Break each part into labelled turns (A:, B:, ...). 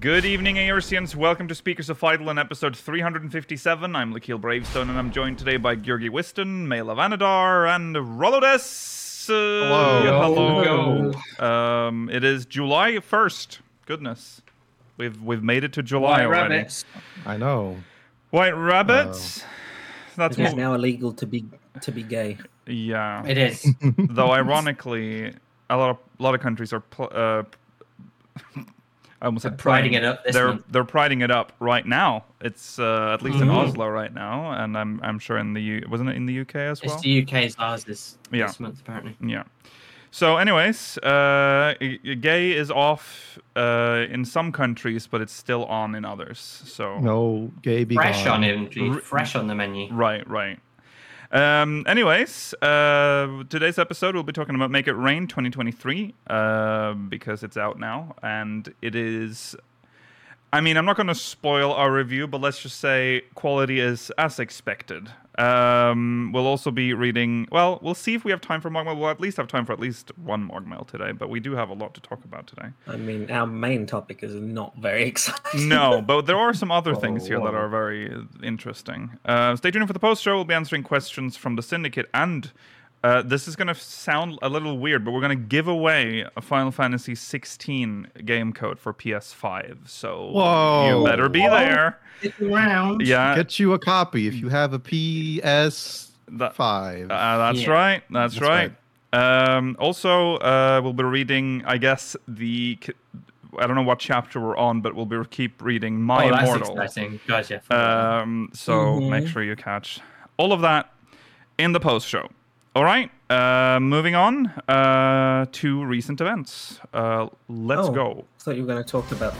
A: Good evening, ARCNs. Welcome to Speakers of Eidolon, episode 357. I'm Lakeel Bravestone, and I'm joined today by Georgi Wiston, Mela Vanadar, and Rolodes. Uh,
B: Hello.
A: hello. Um, it is July 1st. Goodness. We've we've made it to July
B: White
A: already.
B: rabbits.
C: I know.
A: White rabbits. That's
D: It is
A: what,
D: now illegal to be to be gay.
A: yeah.
B: It is.
A: Though ironically, a lot of a lot of countries are pl- uh, I almost said
B: Priding
A: playing.
B: it up this
A: they're
B: month.
A: they're priding it up right now. It's uh, at least in
B: Mhm.
A: Oslo right now, and I'm I'm sure in the U- wasn't it in the UK as well?
B: It's the UK's ours this,
A: Yeah.
B: this month, apparently.
A: Yeah. So, anyways, uh, y- y- gay is off uh, in some countries, but it's still on in others. So,
C: No, gay be
B: Fresh
C: gone.
B: on him,
A: R-
B: dude. Fresh on the menu.
A: right, right. Um, anyways, uh, today's episode we'll be talking about Make It Rain 2023 uh, because it's out now, and it is. I mean, I'm not going to spoil our review, but let's just say quality is as expected. Um, we'll also be reading. Well, we'll see if we have time for Mogmail. We'll at least have time for at least one Mogmail today, but we do have a lot to talk about today.
D: I mean, our main topic is not very exciting.
A: No, but there are some other things here
C: Oh,
A: that
C: wow.
A: are very interesting. Uh, stay tuned for the post show. We'll be answering questions from the syndicate, and uh, this is going to sound a little weird, but we're going to give away a Final Fantasy 16 game code for PS5. So you
C: Whoa.
A: better be there.
B: Round.
A: Yeah, uh,
C: Get you a copy if you have a PS5.
A: that- Uh, that's
B: Yeah.
A: right. That's,
C: That's
A: right. Um, also, uh, we'll be reading, I guess, the. c- I don't know what chapter we're on, but we'll be keep reading My
B: oh, that's
A: Immortal.
B: exciting. Gotcha.
A: Um, so
D: Mm-hmm.
A: make sure you catch all of that in the post show. All right. Uh, moving on uh, to recent events. Uh, let's
D: Oh,
A: go.
D: I thought you were going to talk about.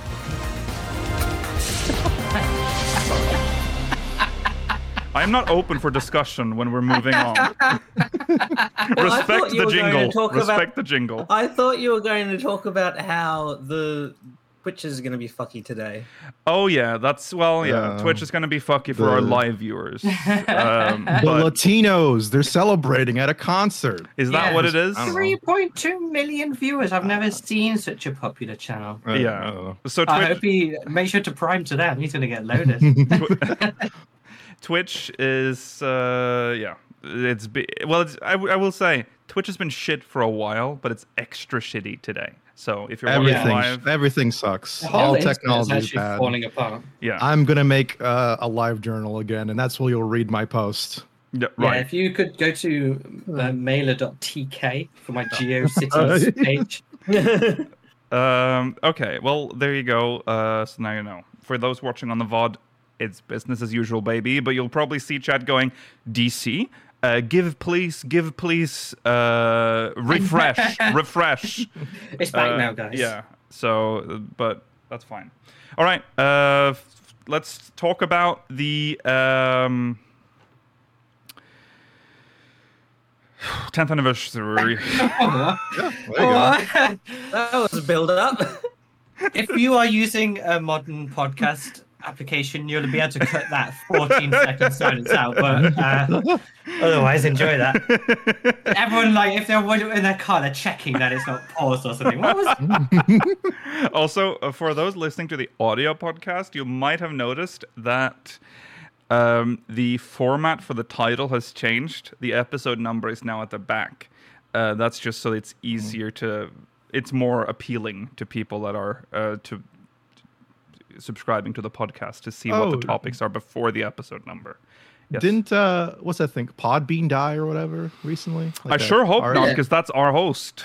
A: I am not open for discussion when we're moving on. Respect
D: thought you
A: the
D: were going to
A: jingle.
D: talk about-
A: Respect the jingle.
D: I thought you were going to talk about how the Twitch is going to be fucky today.
A: Oh yeah, that's well yeah.
C: Yeah.
A: Twitch is going to be fucky for our
C: The-
A: live viewers. Um,
C: The
A: but
C: Latinos, they're celebrating at a concert.
A: is that
B: Yeah.
A: what it is?
C: I don't know.
B: 3.2 million viewers. I've never seen such a popular channel.
C: Uh,
A: Yeah.
C: I don't know.
A: So
B: I
A: Twitch,
B: hope he make sure to prime to that. He's gonna get loaded.
A: Twitch is uh yeah it's be- well it's, I, w- I will say Twitch has been shit for a while but it's extra shitty today so if you're watching
C: Everything,
A: live
C: everything sucks.
B: The whole
C: All
B: internet's
C: technology is
B: actually
C: bad.
B: falling apart.
A: yeah,
C: I'm gonna make uh, a live journal again, and that's where you'll read my post.
A: yeah
B: Yeah,
A: right
B: if you could go to uh, mailer.tk for my GeoCities page.
A: um okay well there you go uh so now you know for those watching on the VOD it's business as usual baby but you'll probably see chat going DC uh, give please give please uh refresh refresh
B: It's back
A: Uh,
B: now, guys.
A: Yeah. So, uh, but that's fine. All right. Uh, f- let's talk about the um, 10th anniversary.
B: Or-
D: That was a build up.
B: if you are using a modern podcast application, you'll be able to cut that 14 second silence out. But uh, otherwise, enjoy that. Everyone, like, if they're in their car, they're checking that it's not paused or something. What was
A: also, uh, for those listening to the audio podcast, you might have noticed that um, the format for the title has changed. The episode number is now at the back. Uh, that's just so it's
C: Hmm.
A: easier to, it's more appealing to people that are uh, to subscribing to the podcast to see what
C: Oh.
A: the topics are before the episode number. Yes.
C: Didn't uh, what's that thing? Podbean die or whatever recently?
A: I
C: Like that
A: sure hope
C: art-
A: not, because that's our host.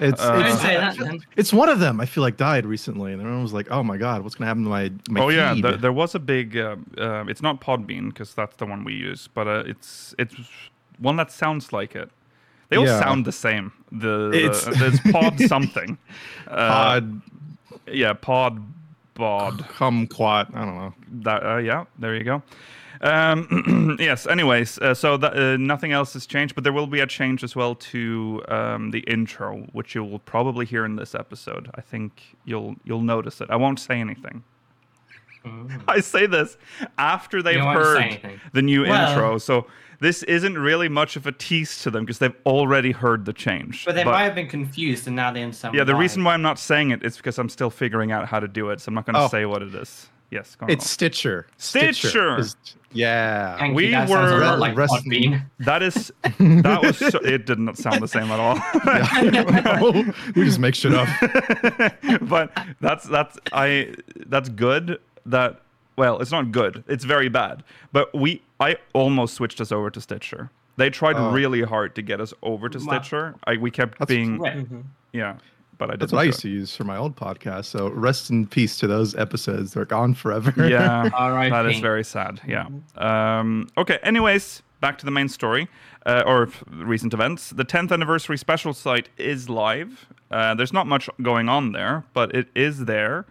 C: It's,
A: Uh,
B: Don't
C: it's
B: say that then.
C: It's one of them. I feel like died recently, and everyone was like, "Oh my god, what's gonna happen to my my
A: oh yeah,
C: feed?"
A: there, there was a big. Um, um, it's not Podbean because that's the one we use, but uh, it's it's one that sounds like it. They all
C: Yeah.
A: sound the same. The
C: It's-
A: it's, there's Pod something. Uh,
C: Pod
A: yeah, Pod Bod.
C: kumquat. I don't know.
A: That uh, yeah, there you go. Um, yes. Anyways, uh, so that, uh, nothing else has changed, but there will be a change as well to um, the intro, which you will probably hear in this episode. I think you'll you'll notice it. I won't say anything. I say this after they've
E: don't want to say
A: heard
E: anything.
A: the new
F: Well-
A: intro, so this isn't really much of a tease to them because they've already heard the change.
F: But they might have been confused and now they understand.
A: yeah, the
F: why.
A: reason why I'm not saying it is because I'm still figuring out how to do it, so I'm not going to
C: Oh.
A: say what it is. Yes, go on,
C: It's Stitcher.
A: Stitcher.
C: is- yeah.
E: Thank
A: We
E: you. That sounds a
A: were-
E: lot like
C: Rest-
E: Podbean.
A: Rob. That is that was so, it did not sound the same at all.
C: we just make shit up.
A: but that's that's I that's good that well, it's not good. It's very bad. But we I almost switched us over to Stitcher. They tried
C: Oh.
A: really hard to get us over to
F: Wow.
A: Stitcher. I, we kept
C: That's
A: being
F: Right.
A: yeah, but I didn't.
C: That's what I
A: do
C: used to use for my old podcast. So rest in peace to those episodes. They're gone forever.
A: it. Yeah.
E: R.I.P.
A: That is very sad. Yeah. Um, okay. Anyways, back to the main story uh, or f- recent events. The 10th anniversary special site is live. Uh, there's not much going on there, but it is there.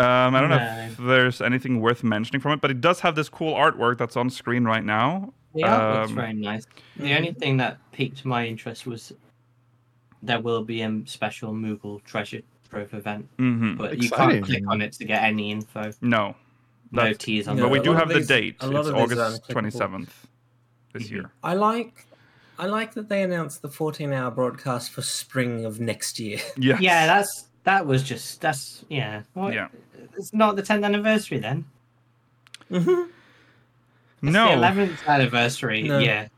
A: Um, I don't know if there's anything worth mentioning from it, but it does have this cool artwork that's on screen right now.
F: The artwork's
A: Um,
F: very nice. The only thing that piqued my interest was there will be a special Moogle treasure trove event,
A: hmm
F: but you
C: Exciting.
F: can't click on it to get any info.
A: No.
F: No
A: That's-
F: tease on
B: No,
A: but we
B: a
A: do
B: lot
A: have
B: of
A: the
B: these-
A: date.
B: a lot
A: It's
B: of these are
A: August
B: unclickable.
A: 27th this
E: Mhm.
A: year.
F: Mm-hmm.
B: I like. I like that they announced the 14-hour broadcast for spring of next year.
A: Yes.
F: Yeah, that's that was just that's yeah. What-
A: Yeah.
F: It's not the 10th anniversary then. It's
A: no.
F: The 11th anniversary.
B: No.
F: Yeah.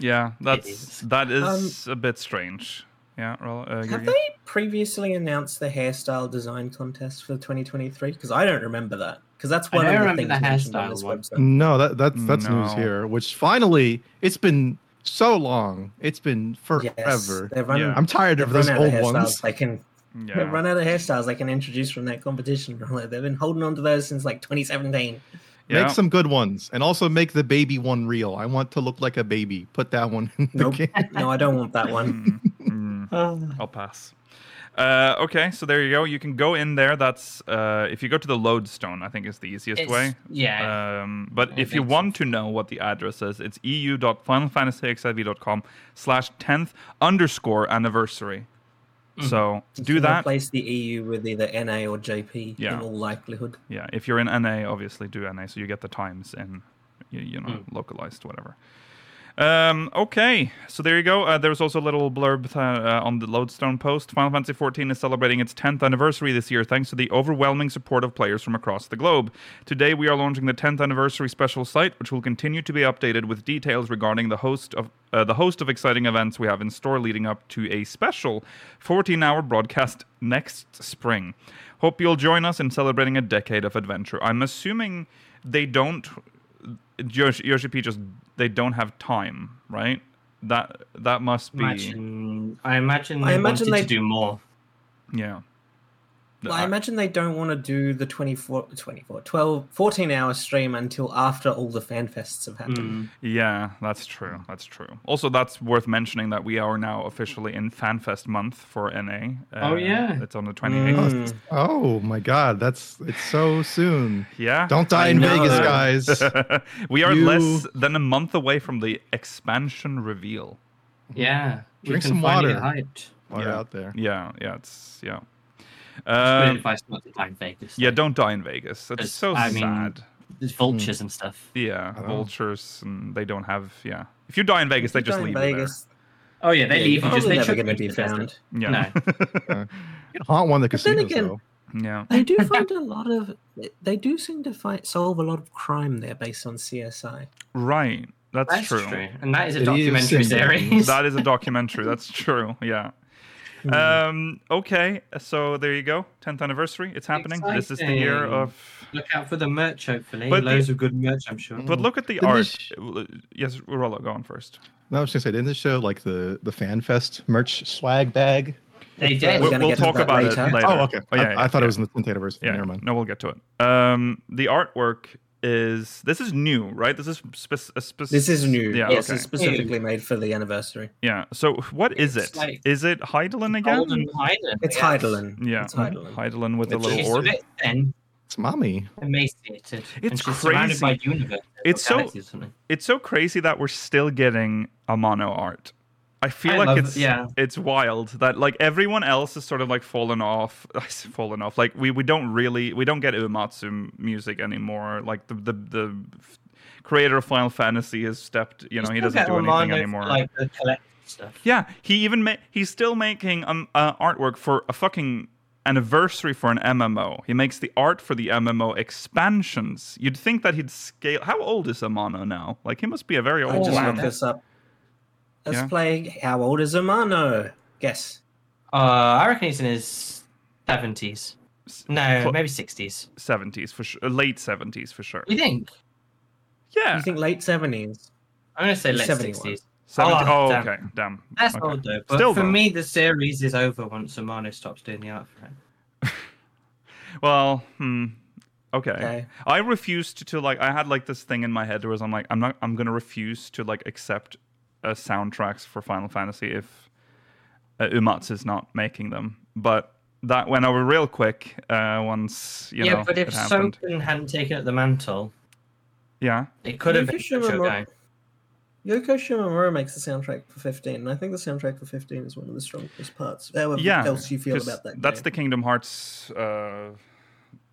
A: Yeah, that's
F: is.
A: that is a bit strange. Yeah, Roll- uh,
B: Um, Have
A: Jurgen?
B: they previously announced the hairstyle design contest for 2023? Because I don't remember that. Because that's
F: I
B: one
F: don't
B: of the
F: remember
B: things
F: the
B: mentioned on
F: hairstyle
B: this
F: one.
B: website.
C: No, that that's that's news
A: No.
C: here. Which finally, it's been so long. It's been
B: Yes,
C: forever.
B: they've run,
A: Yeah.
C: I'm tired
B: they've
C: of those
B: run out of
C: old
B: hairstyles
C: ones.
B: they can
A: yeah.
B: They've run out of hairstyles they can introduce from that competition. Like, They've been holding on to those since like 2017.
A: yeah.
C: Make some good ones, and also make the baby one real. I want to look like a baby. Put that one in the
B: Nope.
C: game.
B: No, I don't want that one.
A: Mm, mm,
F: Oh,
A: I'll pass. Uh, okay, so there you go. You can go in there. That's uh, if you go to the lodestone, I think is the easiest
E: It's-
A: way.
E: Yeah.
A: Um, but
E: I
A: if you
E: think
A: want to know what the address is, it's e eu.finalfantasyxiv.com slash 10th underscore anniversary.
E: Mm-hmm.
A: So do
B: You can
A: that.
B: Replace the EU with either NA or JP
A: Yeah.
B: in all likelihood.
A: Yeah, if you're in NA, obviously do NA, so you get the times in, you, you know,
E: Mm.
A: localized, whatever. Um, okay, so there you go. Uh, there was also a little blurb th- uh, on the Lodestone post. Final Fantasy XIV is celebrating its 10th anniversary this year thanks to the overwhelming support of players from across the globe. Today, we are launching the 10th anniversary special site, which will continue to be updated with details regarding the host of uh, the host of exciting events we have in store leading up to a special 14-hour broadcast next spring. Hope you'll join us in celebrating a decade of adventure. I'm assuming they don't Yosh- Yoshi P just they don't have time, right? That that must be
F: imagine, I imagine
B: I
F: they
B: imagine
F: wanted
B: they-
F: to do more.
A: yeah. Uh,
B: Well, I imagine they don't want to do the 24, 24 12, 14 hour stream until after all the fan fests have happened.
F: Mm.
A: Yeah, that's true. That's true. Also, that's worth mentioning that we are now officially in FanFest month for NA. Uh,
E: Oh, yeah.
A: it's on the twenty eighth.
B: Mm.
C: Oh my God, that's it's so soon.
A: Yeah,
C: Don't die
B: I
C: in
B: know.
C: Vegas, guys.
A: we are
C: You-
A: less than a month away from the expansion reveal.
E: Yeah. We
C: Drink
E: can
C: some
E: finally
C: water.
E: get hyped.
C: Water
A: Yeah.
C: out there.
A: Yeah, yeah, it's yeah.
E: Good
A: Um,
E: advice not to die in Vegas.
A: yeah, don't die in Vegas. That's
E: It's-
A: so
E: I mean-
A: sad.
E: There's vultures and stuff.
A: Yeah,
C: Oh.
A: vultures, and they don't have. Yeah, if you die in Vegas, they
B: If you
A: just
B: go in
A: leave
B: Vegas,
E: Oh yeah,
B: yeah,
E: they leave
B: you're
E: and just
B: probably
E: they
B: never
E: chuck
B: going to
E: into
B: be
E: the desert.
B: found.
A: you there. Yeah,
C: You can Uh, haunt one of the
B: But then
C: casinos
B: again-
C: though.
A: yeah,
B: They do find a lot of. They do seem to find, solve a lot of crime there based on CSI.
A: right. That's,
E: That's
A: true.
E: true. And that is a
C: It is
E: documentary
C: in
E: series.
A: That is a documentary. That's true. Yeah.
B: Hmm.
A: Um. Okay. So there you go. Tenth anniversary. It's happening. This is the year
F: Exciting.
A: of.
F: Look out for the merch, hopefully.
A: But the-
F: Loads of good merch, I'm sure.
A: But look at the
C: Didn't
A: art.
C: this-
A: Yes, Rollo, go on first.
C: No, I was gonna say, didn't this show like the the fan fest merch swag bag?
F: They
B: We're
F: did.
A: We'll,
B: gonna
A: we'll
B: get into
A: talk
B: that
A: about it
B: later.
A: later.
C: Oh, okay.
A: Oh, yeah,
C: I,
A: yeah,
C: I thought
A: yeah.
C: it was in the 10th anniversary.
A: Yeah.
C: Never mind.
A: No, we'll get to it. Um, the artwork is this is new, right? This is spec- a spec-
B: This is new.
A: Yeah.
B: this
A: okay.
B: is specifically made for the anniversary.
A: Yeah. So what is
F: It's
A: it? Is
F: like-
A: it Heidelin again?
F: Golden Island.
B: It's
F: yeah.
B: Heidelin.
A: Yeah.
B: It's Heidelin.
A: Heidelin with a
B: It's-
A: little
E: She's
B: She's
E: a
A: orb.
E: bit thin,
C: It's mommy.
E: emaciated.
A: It's
E: and she's surrounded by
A: crazy.
E: universes. or
A: It's so-
E: galaxies or something.
A: It's so crazy that we're still getting a mono art. I feel
B: I
A: like
B: love-
A: it's
B: yeah.
A: it's wild that like everyone else is sort of like fallen off, fallen off. Like we, we don't really we don't get Uematsu music anymore. Like the the, the f- creator of Final Fantasy has stepped. You know he
B: Still
A: doesn't
B: get
A: do anything
B: Romano for,
A: anymore.
B: Like the collect-
F: Stuff.
A: Yeah, he even ma- he's still making um uh, artwork for a fucking anniversary for an MMO. He makes the art for the MMO expansions. You'd think that he'd scale. How old is Amano now? Like he must be a very
D: I
A: old
D: just
A: man.
D: looked this up. Let's
A: Yeah.
D: play How Old is Amano? Guess.
F: Uh, I reckon he's in his seventies.
B: no,
A: Cl-
F: Maybe sixties.
A: Seventies for sure, late seventies for sure.
F: You think?
A: Yeah,
D: You think late 70s?
F: I'm gonna say late
D: 71.
F: sixties.
A: 70
F: Oh,
A: oh,
F: damn.
A: okay, damn.
F: That's
A: Okay.
F: old though. But
A: Still
F: for
A: though.
F: me, the series is over once Amano stops doing the art for it.
A: Well, hmm. Okay.
D: Okay.
A: I refused to, to like I had like this thing in my head where I was I'm like I'm not I'm going to refuse to like accept uh, soundtracks for Final Fantasy if uh, Umatsu's not making them. But that went over real quick uh, once, you
F: yeah,
A: know,
F: but if
A: it happened.
F: Soken hadn't taken up the mantle,
A: Yeah.
F: it could have
D: You
F: been
D: should
F: Shogun.
D: remember- Yoko Shimomura makes the soundtrack for 15, and I think the soundtrack for 15 is one of the strongest parts. However
A: Yeah.
D: else you feel
A: 'cause
D: about that.
A: That's
D: game.
A: the Kingdom Hearts uh,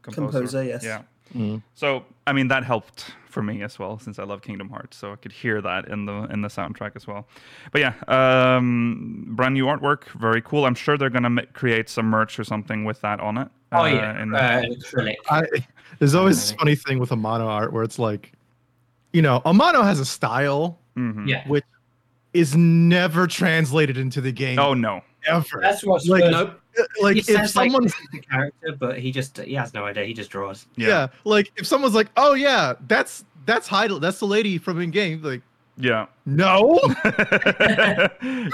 A: composer.
D: Composer, yes.
A: Yeah.
C: Mm.
A: So, I mean, that helped for me as well, since I love Kingdom Hearts, so I could hear that in the in the soundtrack as well. But yeah, um, brand new artwork, very cool. I'm sure they're gonna ma- create some merch or something with that on it.
F: Oh
A: uh,
F: yeah,
A: in-
F: uh, acrylic.
C: I, there's always this funny thing with Amano art where it's like, you know, Amano has a style
A: Mhm.
F: Yeah.
C: which is never translated into the game
A: Oh no.
C: ever.
F: That's what's
C: Like,
F: good.
C: nope. Like
F: he
C: if
F: says like
C: someone,
F: this is the character, but he just he has no idea. He just draws.
C: yeah. like if someone's like, oh yeah, that's that's Heidel, that's the lady from in game. Like,
A: Yeah.
C: no,
A: Yeah.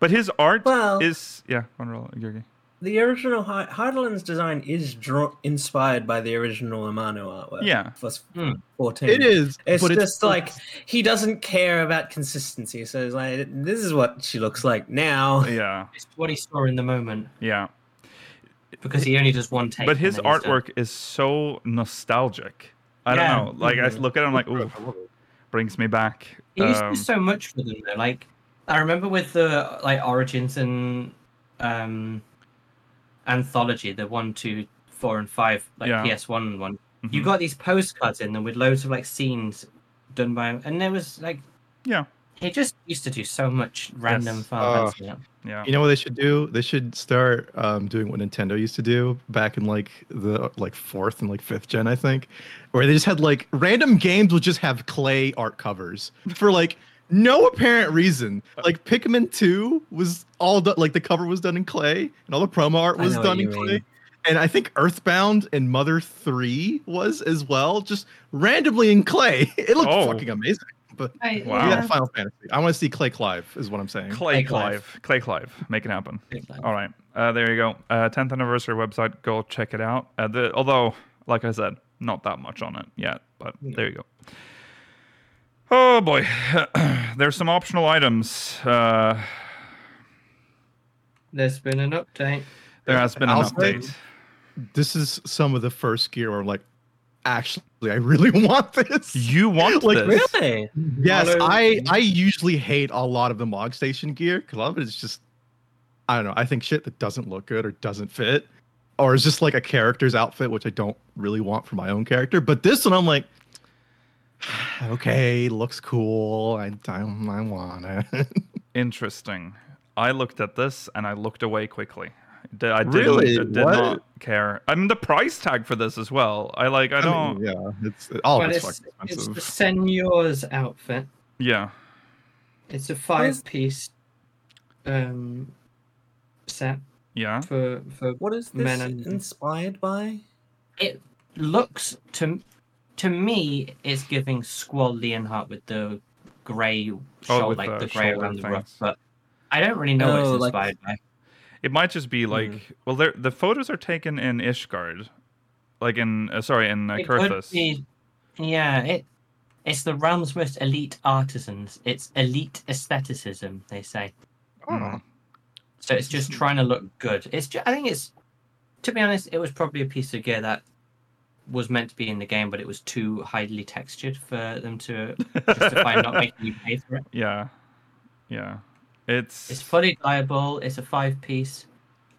A: But his art
D: Well-
A: is yeah. Unreal, Georgi.
D: The original Hy- Heidelin's design is draw- inspired by the original Amano artwork.
A: Yeah.
D: For s-
F: Hmm.
D: 14.
C: it is.
D: It's
C: but
D: just like he doesn't care about consistency. So it's like this is what she looks like now.
A: Yeah.
F: It's what he saw in the moment
A: Yeah.
F: because he only does one take.
A: But
F: and
A: his
F: then he's done.
A: artwork is so nostalgic. I
F: Yeah.
A: don't know. Like I look at it, I'm like, ooh, brings me back.
F: He used to
A: Um,
F: do so much for them though. Like I remember with the like Origins and um anthology, the one, two, four, and five, like
A: Yeah.
F: PS one one. You
A: mhm.
F: got these postcards in them with loads of like scenes done by him, and there was like
A: Yeah.
F: he just used to do so much random
A: Yes.
F: Final
C: Oh.
F: Fantasy. now.
A: Yeah.
C: You know what they should do? They should start um, doing what Nintendo used to do back in like the like fourth and like fifth gen, I think, where they just had like random games would just have clay art covers for like no apparent reason. Like Pikmin Two was all done, like the cover was done in clay, and all the promo art
D: I
C: was
D: know what
C: done
D: you
C: in
D: mean.
C: clay. And I think Earthbound and Mother Three was as well, just randomly in clay. It looked
A: Oh.
C: fucking amazing. But
F: I-
A: Wow.
C: yeah, Final Fantasy. I want to see Clay Clive, is what I'm saying.
A: Clay
F: Clay
A: Clive. Clay Clive. Make it happen.
F: yeah.
A: All right. Uh, there you go. Uh, 10th anniversary website. Go check it out. Uh, the, although, like I said, not that much on it yet, but there you go. Oh boy. There's some optional items. Uh,
F: There's been an update.
A: there has been an
C: I'll say-
A: update.
C: this is some of the first gear where I'm like, actually, I really want this.
A: You want
C: Like,
A: this?
D: Really?
C: yes,
F: Hollow-
C: I I usually hate a lot of the Mog Station gear because a lot of it is just, I don't know. I think shit that doesn't look good or doesn't fit, or is just like a character's outfit, which I don't really want for my own character. But this one, I'm like. Okay, looks cool. I, I, I want it.
A: Interesting. I looked at this and I looked away quickly. D- I didn't,
C: Really?
A: I did
C: What?
A: not care. I mean, the price tag for this as well. I like. I don't.
C: I mean, yeah, it's
A: Oh,
C: all
F: Well,
C: of it's,
F: it's,
C: fucking
F: it's
C: expensive.
F: the Senor's outfit.
A: yeah.
F: It's a five-piece um, set
A: Yeah.
F: for for.
D: What is this
F: Men and-
D: inspired by?
F: It looks to to me it's giving Squall Leonhardt with the grey shoulder,
A: Oh, with the
F: like the, grey
A: shoulder
F: around the
A: things.
F: ruff. But I don't really know
D: Oh,
F: what it's
D: like-
F: inspired by.
A: It might just
C: Hmm.
A: be like,
D: Mhm.
A: well, they're- the photos are taken in Ishgard, like in uh, sorry in uh,
F: it could
A: Kurthus.
F: be, yeah. It it's the realm's most elite artisans. It's elite aestheticism, they say. Oh.
A: Mm.
F: So it's just trying to look good. It's just, I think it's to be honest, it was probably a piece of gear that was meant to be in the game, but it was too highly textured for them to justify not making you pay for it.
A: Yeah, yeah. It's
F: It's fully diable. It's a five piece,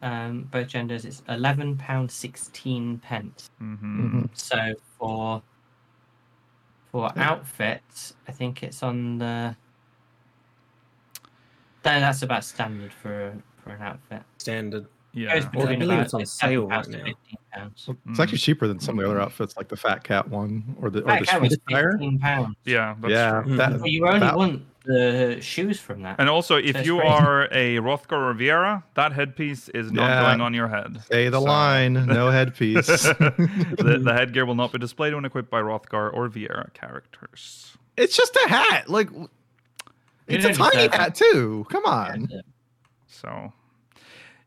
F: um, both genders. It's eleven pound sixteen pence.
A: mhm.
C: Mm-hmm.
F: So for for outfits, I think it's on the. Then that's about standard for for an outfit.
D: Standard.
A: yeah.
F: Goes between
D: believe
F: about
D: it's on
F: like
D: sale
F: £7
D: right
F: to
D: now.
F: £15.
C: It's actually
A: Mm.
C: cheaper than some of the other outfits, like the Fat Cat one or the or the
F: Back out was
C: Swedish Fire.
F: fifteen pounds.
A: yeah, that's
C: Yeah,
A: true.
C: that-
F: Well, you only
C: that-
F: want the shoes from that.
A: And also, if
F: That's
A: you
F: crazy.
A: are a Rothko Riviera, that headpiece is not
C: Yeah.
A: going on your head.
C: Say the
A: So-
C: line, no headpiece.
A: the, the headgear will not be displayed when equipped by Rothgar or Vieira characters.
C: it's just a hat. Like it's a
F: didn't
C: tiny
F: deserve it.
C: hat too. Come on.
F: uh,
A: So,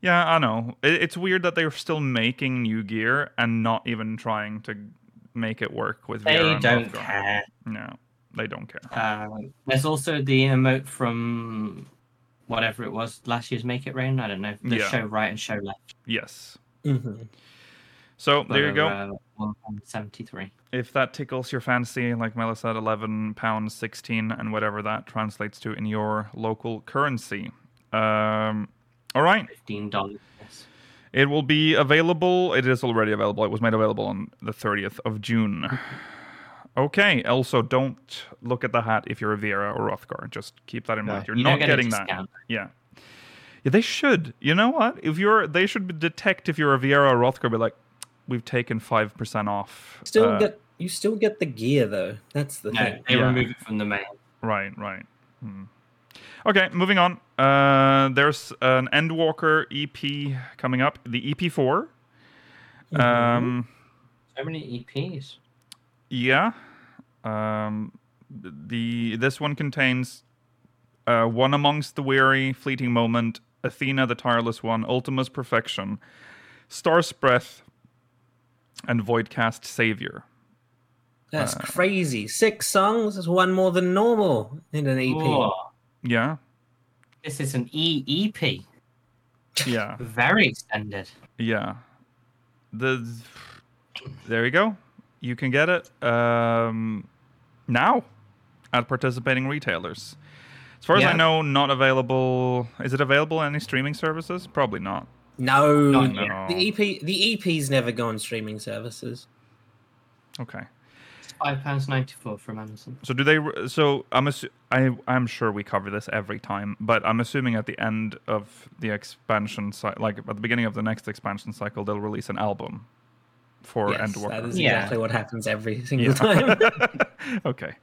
A: yeah, I know. It, it's weird that they're still making new gear and not even trying to make it work with Vieira.
F: They
A: and
F: don't
A: Rothgar.
F: care.
A: No, they don't care.
F: Um, there's also the emote from whatever it was last year's Make It Rain. I don't know. The
A: Yeah.
F: show right and show left.
A: Yes.
D: Mm-hmm.
A: So there you
F: for,
A: go.
F: Uh, One pound seventy-three.
A: if that tickles your fancy, like Mela said, eleven pounds sixteen, and whatever that translates to in your local currency. Um, all right,
F: Fifteen dollars.
A: it will be available. It is already available. It was made available on the thirtieth of June. Okay. Also, don't look at the hat if you're a Vera or Rothgar. Just keep that in
C: No.
A: mind. You're not getting that. Yeah. Yeah, they should. You know what? If you're, they should be- detect if you're a Vieira or Rothgar. Be like, we've taken five percent off.
D: Still
A: uh,
D: get you still get the gear though. That's the
F: No,
D: thing.
F: they
A: Yeah.
F: remove it from the mail.
A: Right, right. Hmm. Okay, moving on. Uh, there's an Endwalker EP coming up, the EP4.
D: Mm-hmm.
A: Um,
F: So many E EPs.
A: yeah. Um, th- the this one contains uh, one amongst the weary, fleeting moment, Athena, the tireless one, Ultima's perfection, Star's breath, and Voidcast savior.
D: That's
A: uh,
D: crazy. Six songs is one more than normal in an E EP.
F: Oh,
A: Yeah,
F: this is an EEP.
A: yeah,
F: Very extended.
A: Yeah. The there you go. You can get it um, now at participating retailers. As far as I
D: Yeah.
A: know, not available. Is it available on any streaming services? Probably not.
D: No,
F: No,
A: no.
D: the EP the EP's never go on streaming services.
A: Okay.
F: It's five pounds ninety-four from Amazon.
A: So do they? So I'm assu- I I'm sure we cover this every time, but I'm assuming at the end of the expansion cycle, like at the beginning of the next expansion cycle, they'll release an album for
D: yes,
A: Endwalker.
D: that is
F: Yeah.
D: exactly what happens every single
A: Yeah.
D: time.
A: okay.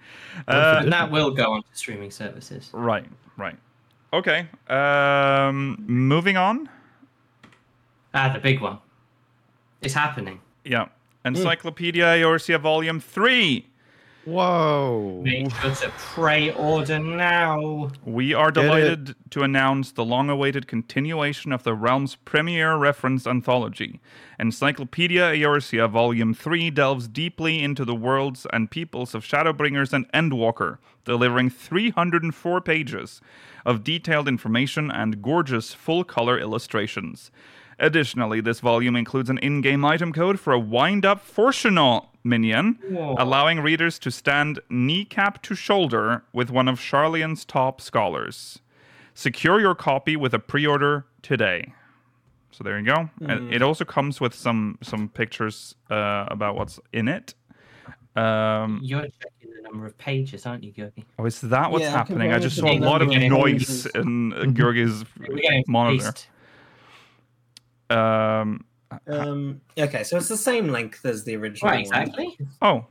C: Uh,
F: and that will go on to streaming services.
A: Right, right. Okay. Um moving on.
F: Ah, the big one. It's happening.
A: Yeah.
C: Hmm.
A: Encyclopedia Eorcia Volume 3.
C: Whoa.
F: Make sure to pre-order now.
A: We are
C: Get it.
A: delighted to announce the long awaited continuation of the realm's premier reference anthology. Encyclopedia Eorcia Volume 3 delves deeply into the worlds and peoples of Shadowbringers and Endwalker, delivering 304 pages of detailed information and gorgeous full color illustrations. Additionally, this volume includes an in game item code for a wind up Fortunaut minion,
F: Whoa.
A: allowing readers to stand kneecap to shoulder with one of Charlian's top scholars. Secure your copy with a pre order today. So there you go.
D: Hmm.
A: And it also comes with some some pictures uh, about what's in it. Um,
F: You're checking the number of pages, aren't you, Yogi?
A: oh, is that what's
D: Yeah, I can
A: happening? I
D: barely
A: just saw a
F: see
A: lot of
F: the
A: noise
D: pages.
A: in uh, Gurgi's
F: We're getting
A: monitor.
F: fleeced.
A: Um,
D: um, okay, so it's the same length as the original.
F: Right,
D: one.
F: exactly.
A: oh,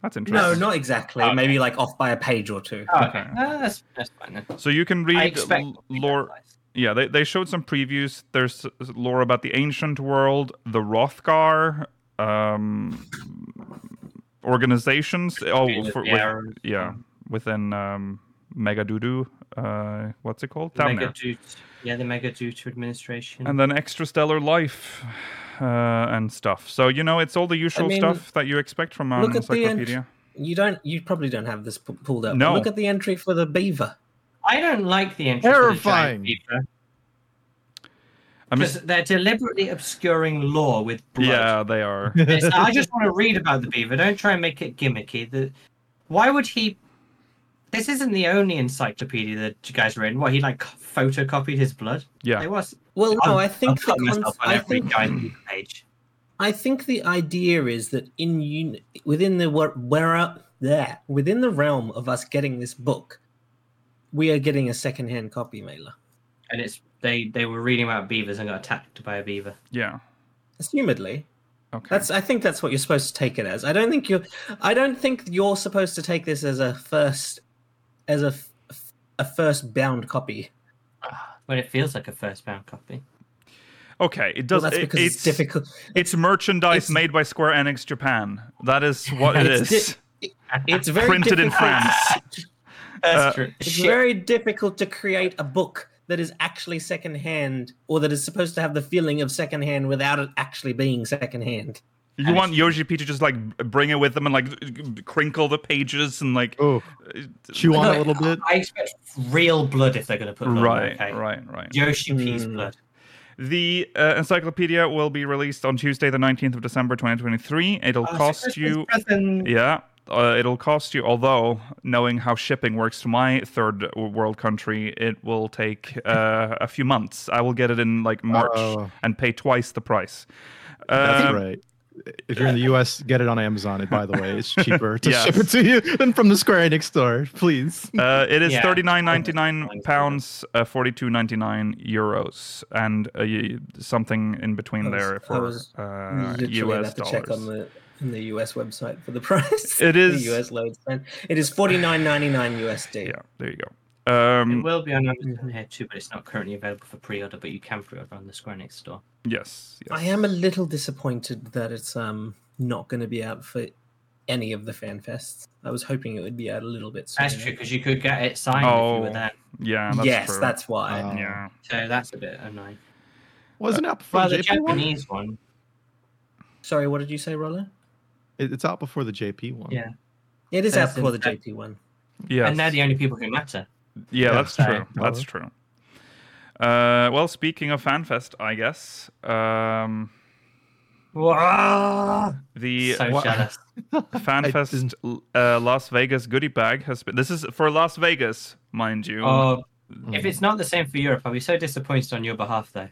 A: that's
D: No,
A: interesting.
D: not exactly.
F: Okay.
D: Maybe like off by a page or two.
F: Oh, okay, Ah, that's that's fine then.
A: So you can
F: I
A: read
F: expect
A: l- lore. Yeah, they, they showed some previews. There's s- lore about the ancient world, the Rothgar um, organizations. Oh,
F: With
A: for,
F: the
A: with-
F: arrows.
A: yeah,
D: Mm.
A: within um, Megadudu. Uh, what's it called?
F: The Mega
A: Thamnir.
F: Dut- yeah, the Mega Duter administration.
A: And then extrastellar life uh, and stuff. So you know, it's all the usual
D: mean,
A: stuff that you expect from an
D: look at the ent-
A: encyclopedia.
D: You don't. You probably don't have this p- pulled up.
A: No.
D: Look at the entry for the beaver.
F: I don't like the entry for the
C: Terrifying.
F: giant beaver
A: I mean,
F: because they're deliberately obscuring law with blood.
A: yeah, they are.
F: It's- I just want to read about the beaver. Don't try and make it gimmicky. The, why would he this isn't the only encyclopedia that you guys read. What he like photocopied his blood?
A: Yeah.
F: It was.
D: Well,
F: I'm-
D: no, I
F: I'm
D: think the
F: cutting myself
D: con-
F: on
D: I
F: every
D: think
F: giant page.
D: I think the idea is that in un- within the wor- where up there within the realm of us getting this book, we are getting a secondhand copy mailer.
F: And it's they they were reading about beavers and got attacked by a beaver.
A: Yeah.
D: Assumedly,
A: Okay.
D: that's I think that's what you're supposed to take it as. I don't think you're I don't think you're supposed to take this as a first as a f- a first bound copy.
F: When it feels like a first bound copy.
A: okay. It
D: Well,
A: does.
D: that's
A: it-
D: because
A: it's,
D: it's, difficult.
A: It's merchandise
D: it's-
A: made by Square Enix Japan. That is what it
D: It's
A: is.
D: di- It's very
A: printed in
D: difficult-
A: France. Uh,
F: That's true.
D: It's
F: Shit.
D: very difficult to create a book that is actually secondhand or that is supposed to have the feeling of secondhand without it actually being secondhand.
A: You
F: And
A: want Yoji P to just like bring it with them and like crinkle the pages and like
C: Oh, chew on it a
F: No,
C: little bit.
F: I expect real blood if they're going to put blood.
A: right,
F: okay?
A: right, right.
F: Yoshi P's
D: Hmm.
F: blood.
A: The uh, encyclopedia will be released on Tuesday, the 19th of December, 2023. It'll
C: Ah,
A: cost you. Yeah. Uh, it'll cost you, although knowing how shipping works to my third w- world country, it will take uh, a few months. I will get it in like March
C: Oh.
A: and pay twice the price.
C: That's
A: Um,
C: right. If you're in the U.S., get it on Amazon. And by the way, it's cheaper to
A: Yes.
C: ship it to you than from the Square Enix store. Please.
A: Uh, it is
F: Yeah.
A: thirty nine ninety nine pounds, uh, forty two ninety nine euros, and uh, y- something in between
D: I was-
A: there
D: I
A: for
D: was
A: uh,
D: Literally I'd
A: US
D: have to check on
A: dollars.
D: the in the US website for the price.
A: It is-
D: the US loads. and It is forty nine ninety nine USD.
A: Yeah, there you go. Um,
F: It will be on
A: Mm-hmm.
F: Amazon here too, but it's not currently available for pre-order. But you can pre-order on the Square Enix store.
A: yes, yes.
D: I am a little disappointed that it's um not going to be out for any of the fan fests. I was hoping it would be out a little bit sooner.
F: That's true because you could get it signed if you
A: Oh.
F: were there.
A: Yeah, that's
D: yes,
A: true.
D: that's why.
C: Uh,
A: yeah.
F: So that's a bit annoying.
C: Wasn't out before
F: Well,
C: the
F: the
C: JP one.
F: Japanese one,
D: Sorry, what did you say, Roller?
C: It- It's out before the JP one.
F: Yeah.
D: It is
F: That's
D: out before the
F: in-
D: JP one.
A: Yes.
F: and they're the only people who matter.
A: yeah,
C: Yeah,
A: that's
F: so-
A: true. That's true. Uh, well, speaking of FanFest, I guess um, the
F: so
A: wha-
F: jealous.
A: FanFest uh, Las Vegas goodie bag has been. This is for Las Vegas, mind you.
F: Oh, if it's not the same for Europe, I'll be so disappointed on your behalf, though.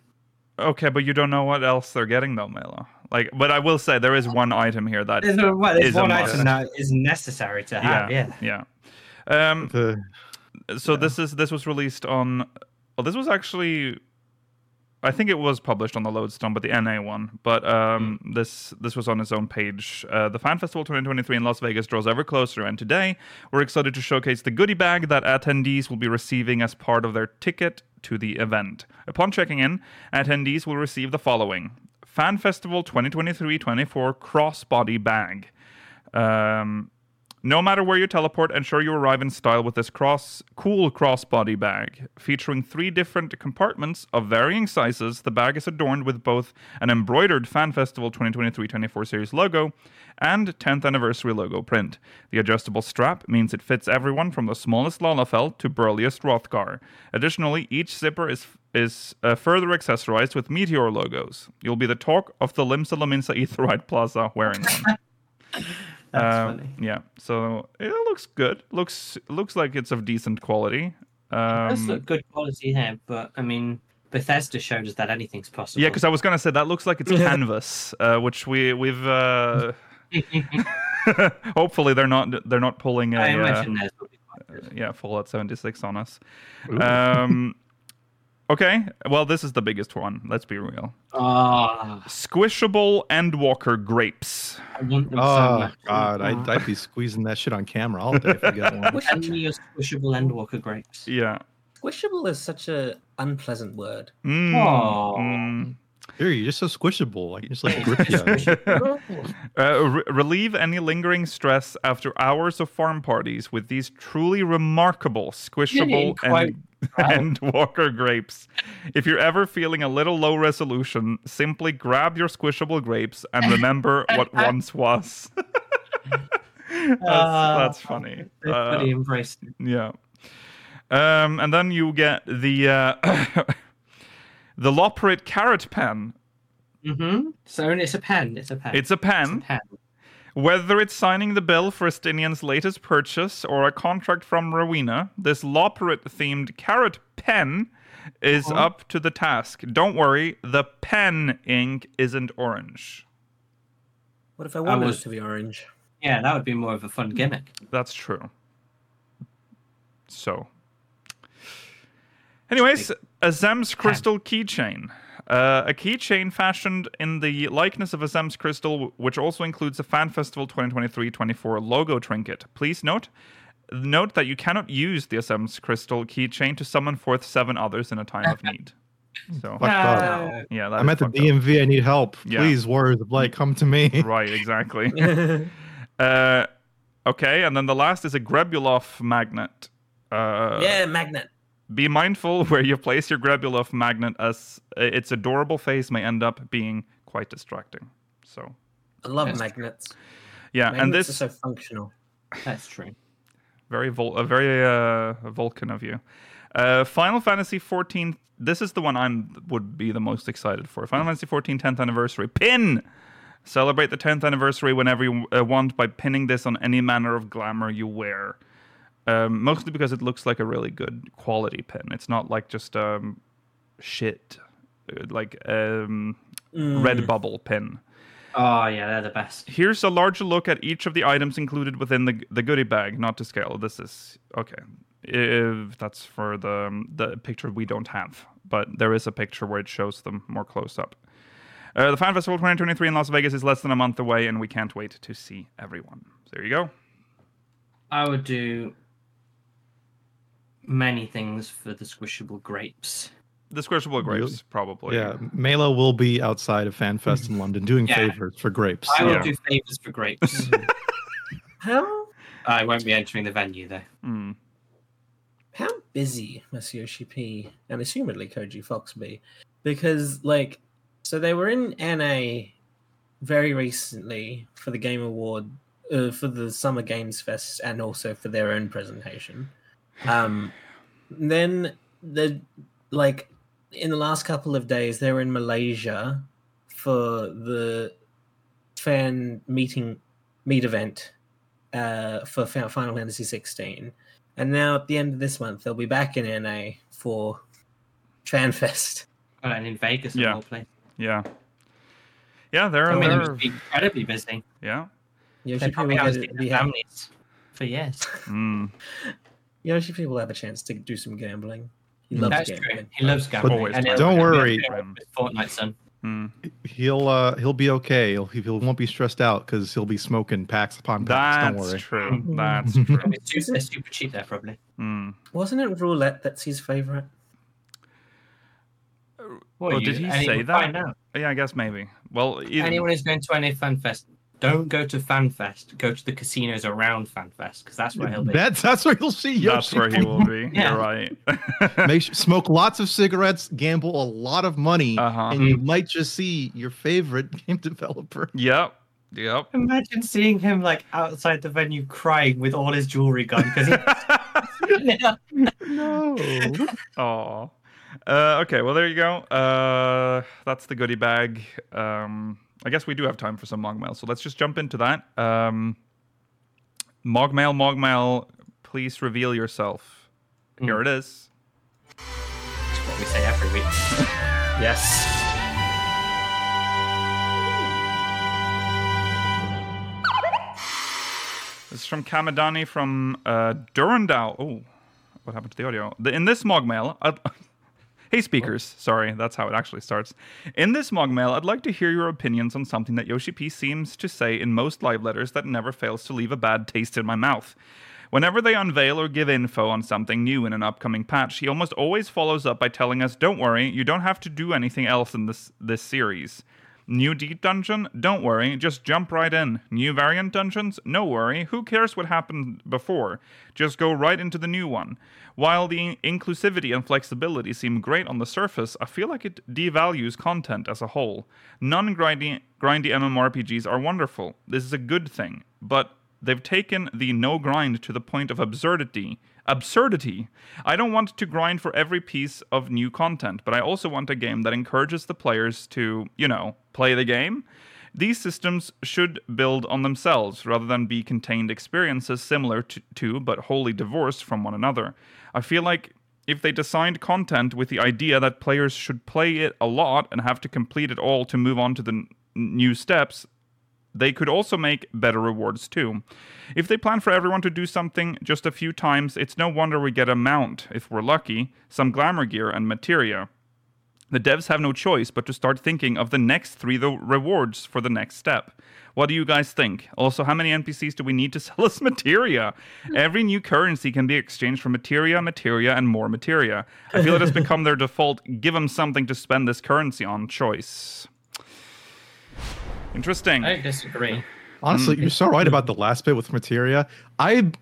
A: Okay, but you don't know what else they're getting though, Mela. Like, but I will say there is one item here that,
F: There's, no, well, there's
A: Is a
F: one
A: must.
F: item that is necessary to have. Yeah.
A: yeah. Um,
C: The,
A: so this is this was released on. Well, this was actually, I think it was published on the Lodestone, but the NA one. But um, this this was on its own page. Uh, the Fan Festival 2023 in Las Vegas draws ever closer, and today we're excited to showcase the goodie bag that attendees will be receiving as part of their ticket to the event. Upon checking in, attendees will receive the following Fan Festival 2023-24 crossbody bag. Um, no matter where you teleport, ensure you arrive in style with this cross cool crossbody bag. Featuring three different compartments of varying sizes, the bag is adorned with both an embroidered Fan Festival 2023-24 series logo and 10th anniversary logo print. The adjustable strap means it fits everyone from the smallest Lalafell to burliest Rothgar. Additionally, each zipper is is uh, further accessorized with meteor logos. You'll be the talk of the Limsa Laminsa Etherite Plaza wearing one.
F: That's
A: Um,
F: funny.
A: Yeah, so it looks good. Looks looks like it's of decent quality.
F: It does
A: Um,
F: look good quality here, but I mean, Bethesda showed us that anything's possible.
A: yeah, because I was gonna say that looks like it's canvas, uh, which we we've. Uh, hopefully they're not they're not pulling a
F: I
A: uh,
F: imagine there's probably quite good.
A: yeah Fallout 76 on us. Um, okay, well this is the biggest one. Let's be real.
F: Ah,
A: Squishable Endwalker grapes.
F: I want them so
C: oh
F: much.
C: God, I'd, I'd be squeezing that shit on camera all day if I got one.
F: Tell me your squishable Endwalker grapes.
A: Yeah.
D: Squishable is such a unpleasant word.
A: Mm,
F: Aw.
A: mm.
C: Here, you're just so squishable. I can just like grip you.
A: Uh, re- relieve any lingering stress after hours of farm parties with these truly remarkable squishable
F: Didn't quite
A: and, and walker grapes. If you're ever feeling a little low resolution, simply grab your squishable grapes and remember what once was. that's,
F: Ah,
A: that's funny.
F: They
A: Uh,
F: fully embraced it.
A: yeah. Um, and then you get the uh, the Loperit carrot pen.
F: Mm-hmm. So and it's a pen. It's a pen.
A: It's a pen.
F: It's a pen.
A: Whether it's signing the bill for Estinian's latest purchase or a contract from Rowena, this Loperit themed carrot pen is up to the task. Don't worry, the pen ink isn't orange.
D: What if I wanted
F: was-
D: it to be orange?
F: Yeah, that would be more of a fun gimmick.
A: That's true. So, anyways, Azem's crystal keychain. Uh, a keychain fashioned in the likeness of Azem's crystal, which also includes a Fan Festival 2023-24 logo trinket. Please note, note that you cannot use the Azem's crystal keychain to summon forth seven others in a time of need. So,
C: Fucked up.
F: No.
A: yeah, that's
C: I'm at the DMV. I need help.
A: Yeah.
C: Please, Warriors of Light, come to me.
A: Right, exactly.
D: That's
A: Uh, okay, and then the last is a Grebulov magnet. Uh,
D: yeah, magnet.
A: Be mindful where you place your Grebulov magnet, as its adorable face may end up being quite distracting. So,
D: I love
F: Yes.
D: magnets.
A: yeah,
D: Magnets
A: and this
D: are so functional.
F: That's true.
A: very Vol- a very uh, Vulcan of you. Uh, Final Fantasy 14. This is the one I'm would be the most excited for. Final Fantasy 14 10th anniversary pin. Celebrate the 10th anniversary whenever you uh, want by pinning this on any manner of glamour you wear. Um, mostly because it looks like a really good quality pin. It's not like just um, shit, uh, like um, red bubble pin.
F: Oh yeah, they're the best.
A: Here's a larger look at each of the items included within the the goodie bag, not to scale. This is okay. If that's for the the picture we don't have, but there is a picture where it shows them more close up. Uh, the Fan Festival 2023 in Las Vegas is less than a month away, and we can't wait to see everyone. There you go.
F: I would do many things for the squishable grapes.
A: The squishable grapes,
C: Really?
A: probably.
C: Yeah, Mela will be outside of FanFest in London doing
F: Yeah.
C: favors for grapes.
F: I will
A: Yeah.
F: do favors for grapes.
D: How
F: I won't be entering the venue though.
A: Mm.
D: how busy must Yoshi P and assumedly Koji Fox be? Because like so they were in NA very recently for the Game Award uh, for the Summer Games Fest and also for their own presentation. Um then the like in the last couple of days they were in Malaysia for the fan meeting meet event uh, for Fa- Final Fantasy 16. And now at the end of this month, they'll be back in NA for Tranfest.
F: Oh, and in Vegas,
A: Yeah.
F: yeah. all places.
A: Yeah. Yeah, there are.
F: I mean, it
A: there are
F: must be incredibly busy.
A: yeah.
F: They
D: Yoshi P
F: probably
D: will,
F: haven't
D: get,
F: seen
D: be
F: their
D: ha-
F: families for years.
A: Mm.
D: Yoshi P will have a chance to do some gambling. He loves
F: That's
D: gambling.
F: true. He loves gambling.
A: Always
F: and
A: does.
F: he'll-
C: Don't
F: he'll be
C: worry.
F: okay with Fortnite, son.
A: Mm.
C: He'll uh, he'll be okay. He'll he won't be stressed out because he'll be smoking packs upon
A: That's
C: packs. Don't worry.
A: true. That's true.
F: It'll be su- they're super cheap there, probably.
A: Mm.
D: Wasn't it roulette that's his favorite?
F: What,
A: Oh, did he
F: and
A: say
F: we'll
A: that?
F: find out.
A: Yeah, I guess maybe. Well, either,
F: Anyone who's going to any FanFest, don't go to FanFest. Go to the casinos around FanFest because that's where he'll be.
C: That's that's where you'll see
A: that's
C: Yoshi.
A: where he will be.
F: Yeah.
A: You're right.
C: Make sure, smoke lots of cigarettes, gamble a lot of money,
A: Uh-huh.
C: and you might just see your favorite game developer.
A: Yep. Yep.
F: Imagine seeing him like outside the venue crying with all his jewelry gone because
C: No,
A: Aw. Uh, okay, well, there you go. Uh, that's the goodie bag. Um, I guess we do have time for some Mogmail, so let's just jump into that. Um, Mogmail, Mogmail, please reveal yourself. Here it is.
F: what we say every week.
D: Yes.
A: This is from Kamadani from uh, Durandal. Oh, what happened to the audio? The, in this mog mail, I'd- hey speakers, sorry, that's how it actually starts. In this mog mail, I'd like to hear your opinions on something that Yoshi P seems to say in most live letters that never fails to leave a bad taste in my mouth. Whenever they unveil or give info on something new in an upcoming patch, he almost always follows up by telling us, "Don't worry, you don't have to do anything else in this this series." New deep dungeon? Don't worry, just jump right in. New variant dungeons? No worry, who cares what happened before? Just go right into the new one. While the inclusivity and flexibility seem great on the surface, I feel like it devalues content as a whole. Non grindy grindy MMORPGs are wonderful. This is a good thing, but They've taken the no grind to the point of absurdity. Absurdity. I don't want to grind for every piece of new content, but I also want a game that encourages the players to, you know, play the game. These systems should build on themselves rather than be contained experiences similar to, to but wholly divorced from one another. I feel like if they designed content with the idea that players should play it a lot and have to complete it all to move on to the n- new steps, they could also make better rewards too. If they plan for everyone to do something just a few times, it's no wonder we get a mount, if we're lucky, some glamour gear and materia. The devs have no choice but to start thinking of the next three the rewards for the next step. What do you guys think? Also, how many NPCs do we need to sell us materia? Every new currency can be exchanged for materia, materia, and more materia. I feel it has become their default give them something to spend this currency on choice. Interesting.
F: I disagree.
C: Honestly, you're so right about the last bit with materia. I'm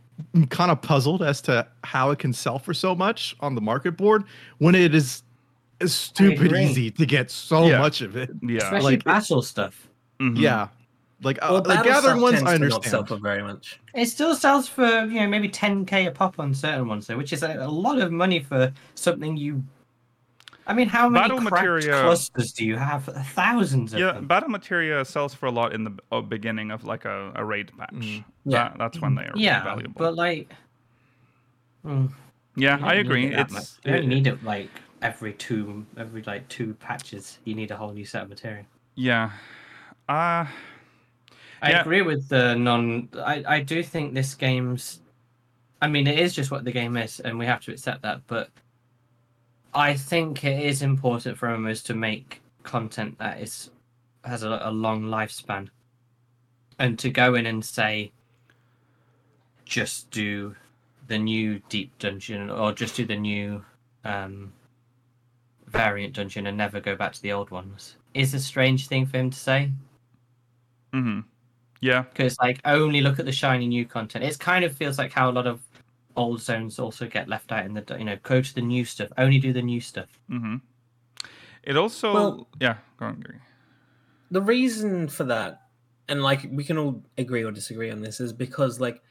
C: kind of puzzled as to how it can sell for so much on the market board when it is stupid
F: agree.
C: easy to get so
A: Yeah.
C: much of it.
A: yeah.
F: Especially
C: like-
F: battle stuff.
A: Mhm.
C: Yeah, like uh,
D: Well,
C: like
D: Battle
C: gathering
D: Stuff
C: ones,
D: tends
C: I
D: to Not sell
C: understand.
D: for very much.
F: It still sells for you know maybe 10k a pop on certain ones, though, which is a, a lot of money for something you. I mean, how many
A: Battle
F: cracked
A: materia-
F: clusters do you have? Thousands of
A: Yeah,
F: them.
A: battle materia sells for a lot in the b- uh, beginning of like a, a raid patch.
C: Mm.
D: Yeah.
A: That, that's when they are
F: yeah,
A: valuable.
F: but like, mm,
A: yeah,
F: you
A: I
F: don't need
A: agree.
F: it that
A: It's
F: much. you
A: it-
F: don't need it like every two, every like two patches. You need a whole new set of material.
A: yeah. Uh
F: I
A: Yeah.
F: agree with the non. I I do think this game's. I mean, it is just what the game is, and we have to accept that. But I think it is important for MMOs to make content that is has a, a long lifespan, and to go in and say, just do the new deep dungeon, or just do the new um, variant dungeon, and never go back to the old ones. Is a strange thing for him to say,
A: hmm Yeah.
F: because like only look at the shiny new content. It kind of feels like how a lot of old zones also get left out in the you know go to the new stuff, only do the new stuff.
A: hmm It also
D: Well-
A: yeah, go on, Gary.
D: the reason for that and like we can all agree or disagree on this is because like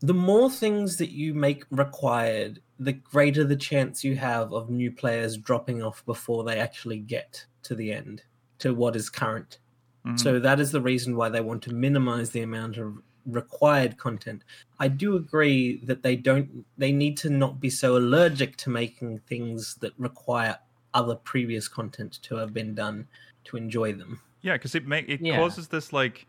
D: the more things that you make required the greater the chance you have of new players dropping off before they actually get to the end to what is current
A: Mhm.
D: so that is the reason why they want to minimize the amount of required content. I do agree that they don't they need to not be so allergic to making things that require other previous content to have been done to enjoy them.
A: Yeah, because it make it
F: Yeah.
A: causes this like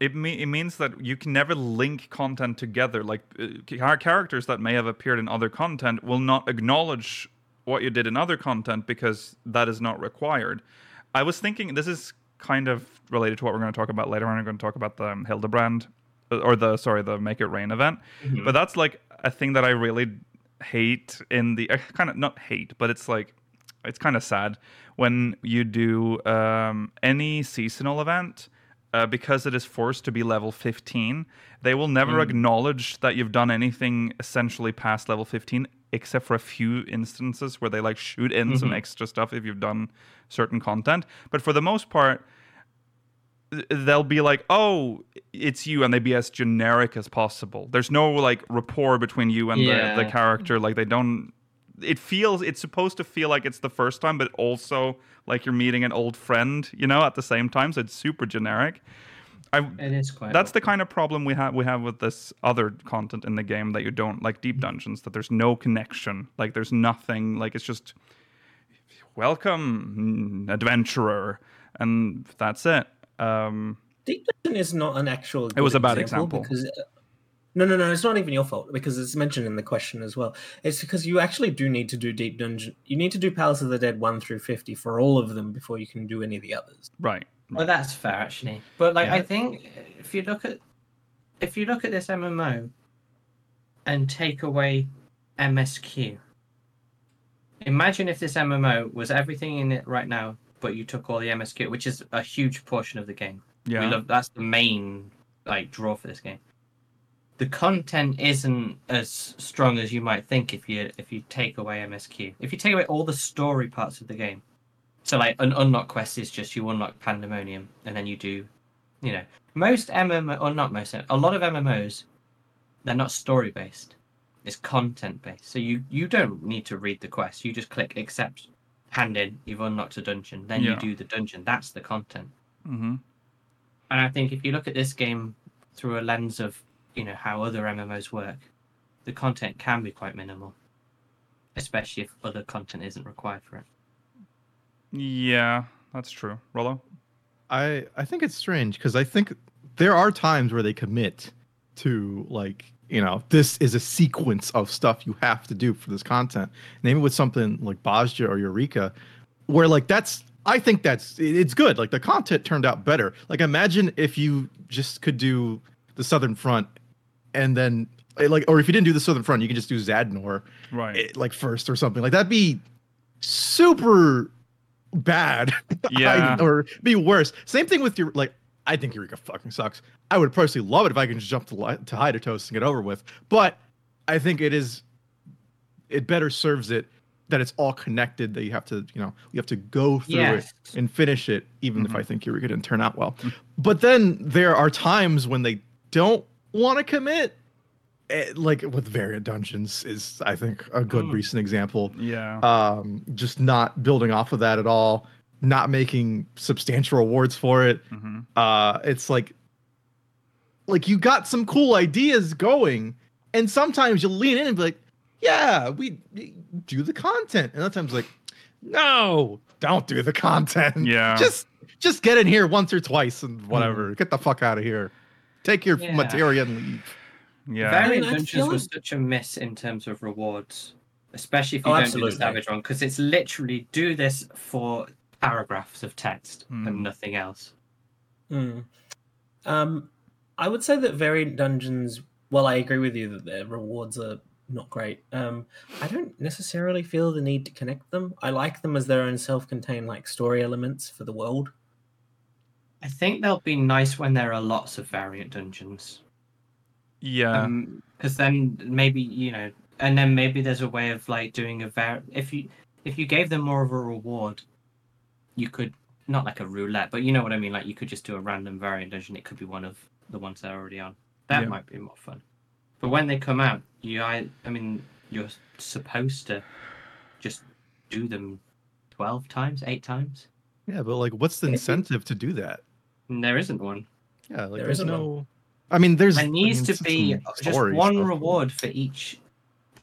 A: it me- it means that you can never link content together. Like uh, char- characters that may have appeared in other content will not acknowledge what you did in other content because that is not required. I was thinking this is kind of related to what we're going to talk about later on. We're going to talk about the um, Hildebrand uh, or the sorry the Make It Rain event, but that's like a thing that I really hate in the I kind of not hate, but it's like it's kind of sad when you do um, any seasonal event uh, because it is forced to be level 15 they will never acknowledge that you've done anything essentially past level 15 except for a few instances where they like shoot in some extra stuff if you've done certain content but for the most part th- they'll be like oh it's you and they be as generic as possible there's no like rapport between you and the, the
F: Yeah.
A: character like they don't it feels it's supposed to feel like it's the first time but also like you're meeting an old friend you know at the same time so it's super generic i
F: It is quite.
A: that's the kind of problem we have we have with this other content in the game that you don't like deep dungeons that there's no connection like there's nothing like it's just welcome mm, adventurer and that's it um
D: Deep Dungeon is not an actual.
A: was
D: good
A: a bad example.
D: because uh, no, no, no. It's not even your fault because it's mentioned in the question as well. It's because you actually do need to do Deep Dungeon. You need to do Palace of the Dead one through fifty for all of them before you can do any of the others.
A: right
F: Well, that's fair actually. But like,
A: Yeah.
F: I think if you look at if you look at this MMO and take away MSQ, imagine if this MMO was everything in it right now, but you took all the MSQ, which is a huge portion of the game.
A: yeah
F: We love that's the main like draw for this game. The content isn't as strong as you might think if you if you take away MSQ. If you take away all the story parts of the game. So like an unlock quest is just you unlock pandemonium and then you do you know. Most MMO or not most a lot of MMOs, they're not story based. It's content based. So you you don't need to read the quest. You just click accept hand in, you've unlocked a dungeon, then
A: Yeah.
F: you do the dungeon. That's the content
A: hmm
F: And I think if you look at this game through a lens of, you know, how other MMOs work, the content can be quite minimal, especially if other content isn't required for it.
A: Yeah, that's true. Rollo?
C: I I think it's strange because I think there are times where they commit to like you know this is a sequence of stuff you have to do for this content. Maybe with something like Bosja or Eureka, where like that's I think that's it- it's good. Like the content turned out better. Like imagine if you just could do the Southern Front, and then eh, like or if you didn't do the Southern Front, you could just do Zadnor
A: Right.
C: it, like first or something like that'd be super bad
A: Yeah.
C: I- or be worse same thing with your like i think eureka fucking sucks i would personally love it if i can just jump to, li- to hide toast and get over with but i think it is it better serves it that it's all connected that you have to you know you have to go through
F: Yes.
C: it and finish it even
A: Mhm.
C: if i think eureka didn't turn out well but then there are times when they don't want to commit eh, like with variant dungeons is i think a good
F: Mm.
C: recent example
A: yeah.
C: um just not building off of that at all not making substantial rewards for it
A: hmm
C: uh it's like like you got some cool ideas going and sometimes you lean in and be like yeah we we do the content and other times like no don't do the content
A: Yeah.
C: just just get in here once or twice and whatever get the fuck out of here take your
F: Yeah.
C: materia and leave
A: Yeah.
F: Variant
D: I mean, I
F: Dungeons
D: feel
F: was
D: like-
F: such a miss in terms of rewards, especially if you
D: Oh,
F: don't
D: absolutely.
F: do the Savage one, because it's literally do this for paragraphs of text
A: Hmm.
F: and nothing else.
D: Hmm. Um, I would say that variant dungeons. Well, I agree with you that their rewards are not great. Um, I don't necessarily feel the need to connect them. I like them as their own self-contained like story elements for the world.
F: I think they'll be nice when there are lots of variant dungeons,
A: yeah. Um,
F: because Um, then maybe you know, and then maybe there's a way of like doing a var. If you if you gave them more of a reward, you could not like a roulette, but you know what I mean. Like you could just do a random variant dungeon. It could be one of the ones they're already on. That
A: Yeah.
F: might be more fun. But when they come out, you I I mean you're supposed to just do them twelve times, eight times.
C: yeah but like what's the
D: Maybe.
C: incentive to do that
F: And there isn't one.
C: yeah like
D: There
C: there's
D: isn't one.
C: no i mean there's
F: There
C: I
F: needs
C: mean,
F: to
C: some
F: be just
C: story
F: one
C: stuff.
F: reward for each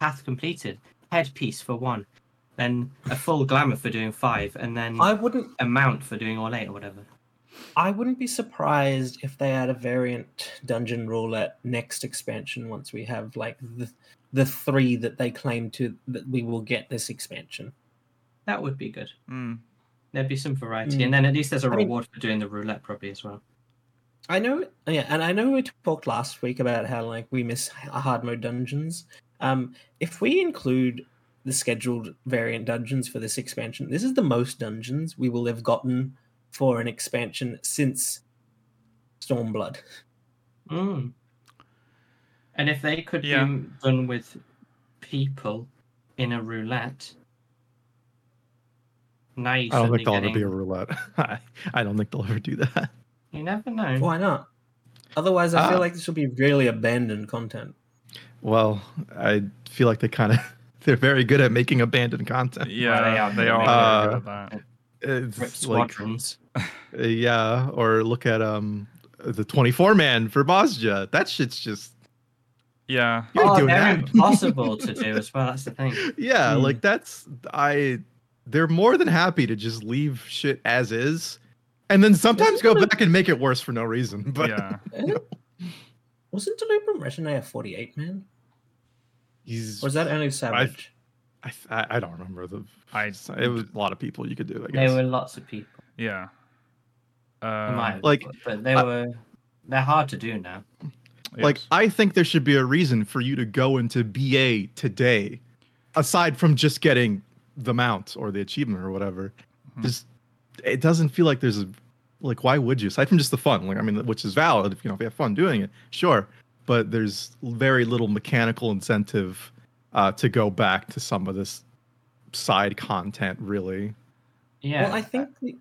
F: path completed. Headpiece for one, then a full glamour for doing five, and then
D: I wouldn't.
F: a mount for doing all eight or whatever.
D: I wouldn't be surprised if they add a variant dungeon rule at next expansion once we have like the the three that they claim to that we will get this expansion.
F: That would be good.
A: Mm.
F: There'd be some variety,
D: Mm.
F: and then at least there's a
D: I mean-
F: reward for doing the roulette probably as well.
D: I know, yeah, and I know we talked last week about how like we miss h- hard mode dungeons. Um, if we include the scheduled variant dungeons for this expansion, this is the most dungeons we will have gotten for an expansion since Stormblood.
F: Mm. And if they could
A: Yeah.
F: be done with people in a roulette, now you
C: I don't think
F: suddenly
C: they'll ever
F: getting...
C: be a roulette. I, I don't think they'll ever do that.
F: You never know.
D: Why not? Otherwise, I feel
C: Ah.
D: like this will be really abandoned content.
C: Well, I feel like they kind of they're very good at making abandoned content.
A: Yeah.
F: are.
A: They are.
C: Uh,
A: very good at that.
F: Rip
C: It's like,
F: squadrons.
C: yeah, or look at um the 24 man for Bosnia. That shit's just
A: Yeah.
C: you're
F: oh,
C: doing
F: they're
C: that.
F: impossible to do as well. That's the thing.
C: yeah,
D: Mm.
C: like that's I they're more than happy to just leave shit as is and then sometimes go back and make it worse for no reason. But
A: yeah.
D: Eh? Wasn't Delubrum Retina a 48 man?
C: he's
D: Or is that only Savage?
C: I, I I don't remember the
A: I-
C: it was a lot of people you could do, I guess.
F: There were lots of people.
A: Yeah.
F: in my
A: Uh,
C: like,
F: but they
C: I-
F: were they're hard to do now.
C: Like
A: yes.
C: I think there should be a reason for you to go into BA today, aside from just getting the mount or the achievement or whatever.
A: Mhm.
C: Just it doesn't feel like there's a like why would you aside from just the fun like I mean which is valid if you know if you have fun doing it sure but there's very little mechanical incentive uh, to go back to some of this side content really
F: Yeah.
D: Well, I think the,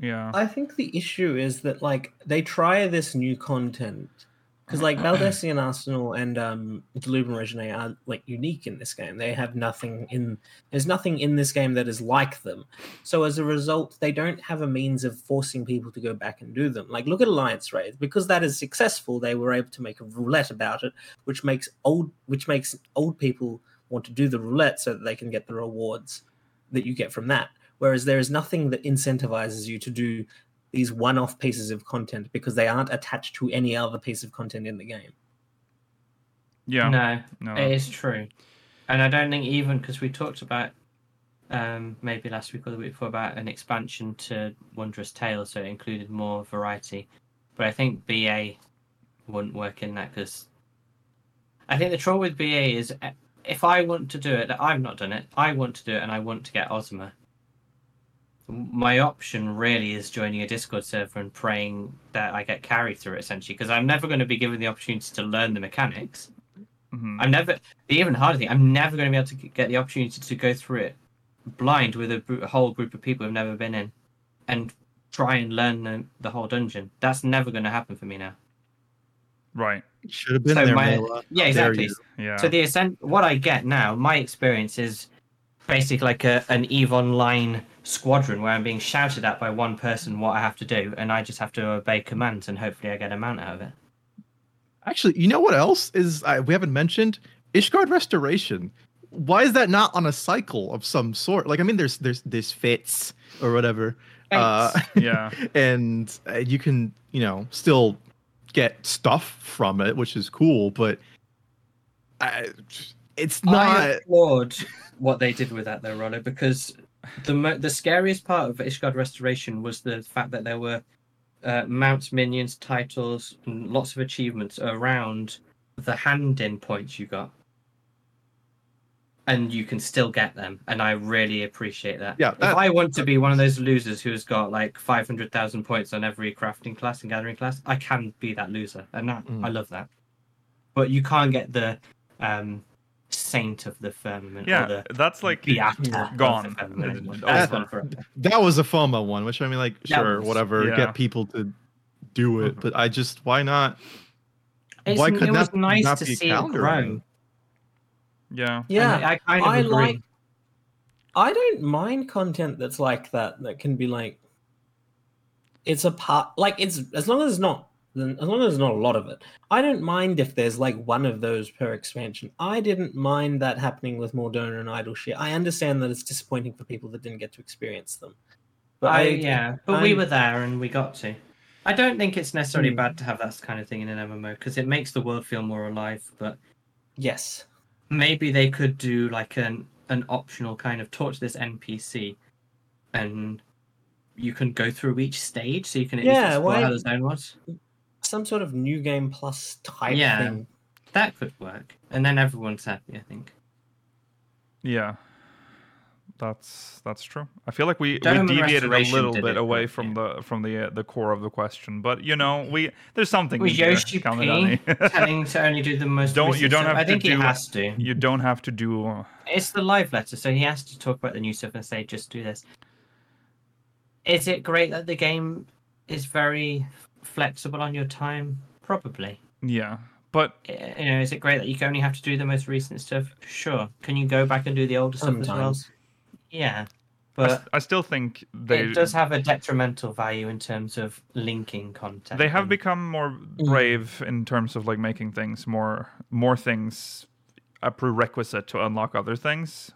A: yeah.
D: I think the issue is that like they try this new content because like Valdesian Arsenal and um, Duluban Regine are like unique in this game. They have nothing in there's nothing in this game that is like them. So as a result, they don't have a means of forcing people to go back and do them. Like look at Alliance Raid because that is successful. They were able to make a roulette about it, which makes old which makes old people want to do the roulette so that they can get the rewards that you get from that. Whereas there is nothing that incentivizes you to do these one-off pieces of content because they aren't attached to any other piece of content in the game.
A: Yeah.
F: No,
A: No.
F: it is true, and I don't think even because we talked about um, maybe last week or the week before about an expansion to Wondrous Tales, so it included more variety. But I think BA wouldn't work in that because I think the trouble with BA is eh, if I want to do it, I've not done it. I want to do it, and I want to get Ozma. My option really is joining a Discord server and praying that I get carried through it, essentially, because I'm never going to be given the opportunity to learn the mechanics.
A: Mhm.
F: I'm never the even harder thing. I'm never going to be able to g- get the opportunity to go through it blind with a, br- a whole group of people who've never been in, and try and learn the, the whole dungeon. That's never going to happen for me now.
A: Right.
C: Should have been
F: So
C: there,
F: my-
C: Mela.
F: Yeah,
C: How dare
F: exactly.
C: you.
A: Yeah.
F: So the ascent, what I get now, my experience is basically like a, an Eve Online squadron where I'm being shouted at by one person what I have to do, and I just have to obey commands, and hopefully I get a mount out of it.
C: Actually, you know what else is I, we haven't mentioned? Ishgard Restoration. Why is that not on a cycle of some sort? Like, I mean, there's there's there's fits or whatever, uh,
A: yeah.
C: and uh, you can you know still get stuff from it, which is cool. But I, it's
F: Oh, I
C: not.
F: applaud what they did with that though, Rollo, because the mo- the scariest part of Ishgard Restoration was the fact that there were uh, mounts, minions, titles, and lots of achievements around the hand-in points you got, and you can still get them, and I really appreciate that.
C: Yeah, that-
F: if I want to be one of those losers who has got like five hundred thousand points on every crafting class and gathering class, I can be that loser, and that
C: Mm.
F: I love that. But you can't get the um, saint of the firmament. Or
A: Yeah.
F: the,
A: That's like
F: Beata
A: gone.
F: of the firmament anymore.
A: Uh,
F: That's
C: over.
F: gone forever.
C: that was a FOMO one, which I mean, like,
F: That
C: sure,
F: was- Mm-hmm.
C: whatever,
A: Yeah.
C: get people to do it. But I just, why not?
F: It's-
C: Why could
F: it was
C: that
F: nice
C: not
F: to
C: be a
F: see it
C: calendar
F: grow.
C: item?
A: Yeah.
D: Yeah,
F: And I, I kind of
D: I
F: agree.
D: like- I don't mind content that's like that that can be like it's a part like it's as long as it's not as long as there's not a lot of it. I don't mind if there's like one of those per expansion. I didn't mind that happening with Mordona and Idle Share. I understand that it's disappointing for people that didn't get to experience them. But I,
F: I, yeah, but we
D: I'm-
F: were there and we got to. I don't think it's necessarily
D: Hmm.
F: bad to have that kind of thing in an MMO because it makes the world feel more alive. But
D: yes.
F: maybe they could do like an an optional kind of talk to this NPC, and you can go through each stage so you can at least
D: Yeah,
F: explore
D: why-
F: how the zone was.
D: Some sort of new game plus type
F: Yeah.
D: thing.
F: That could work, and then everyone's happy. I think.
A: Yeah. That's that's true. I feel like we, we
F: Diamond
A: deviated a
F: Restoration
A: little
F: did
A: bit
F: it,
A: away
F: yeah.
A: from the from the uh, the core of the question, but you know we there's something
F: Well,
A: in there,
F: Yoshi P
A: Kamidani.
F: telling to only do the most.
A: Don't- you
F: recent
A: don't
F: stuff.
A: have
F: I
A: to
F: think he
A: do-
F: has to.
A: you don't have to do. Uh,
F: It's the live letter, so he has to talk about the new stuff and say, "Just do this." Is it great that the game is very flexible on your time? Probably.
A: yeah, but
F: Eh, You know, is it great that you can only have to do the most recent stuff? Sure. Can you go back and do the older stuff as well?
D: Sometimes.
F: Yeah,
A: I,
F: but
A: s- I still think they
F: it does have a detrimental value in terms of linking content.
A: they have
F: and-
A: become more brave in terms of like making things more more things a prerequisite to unlock other things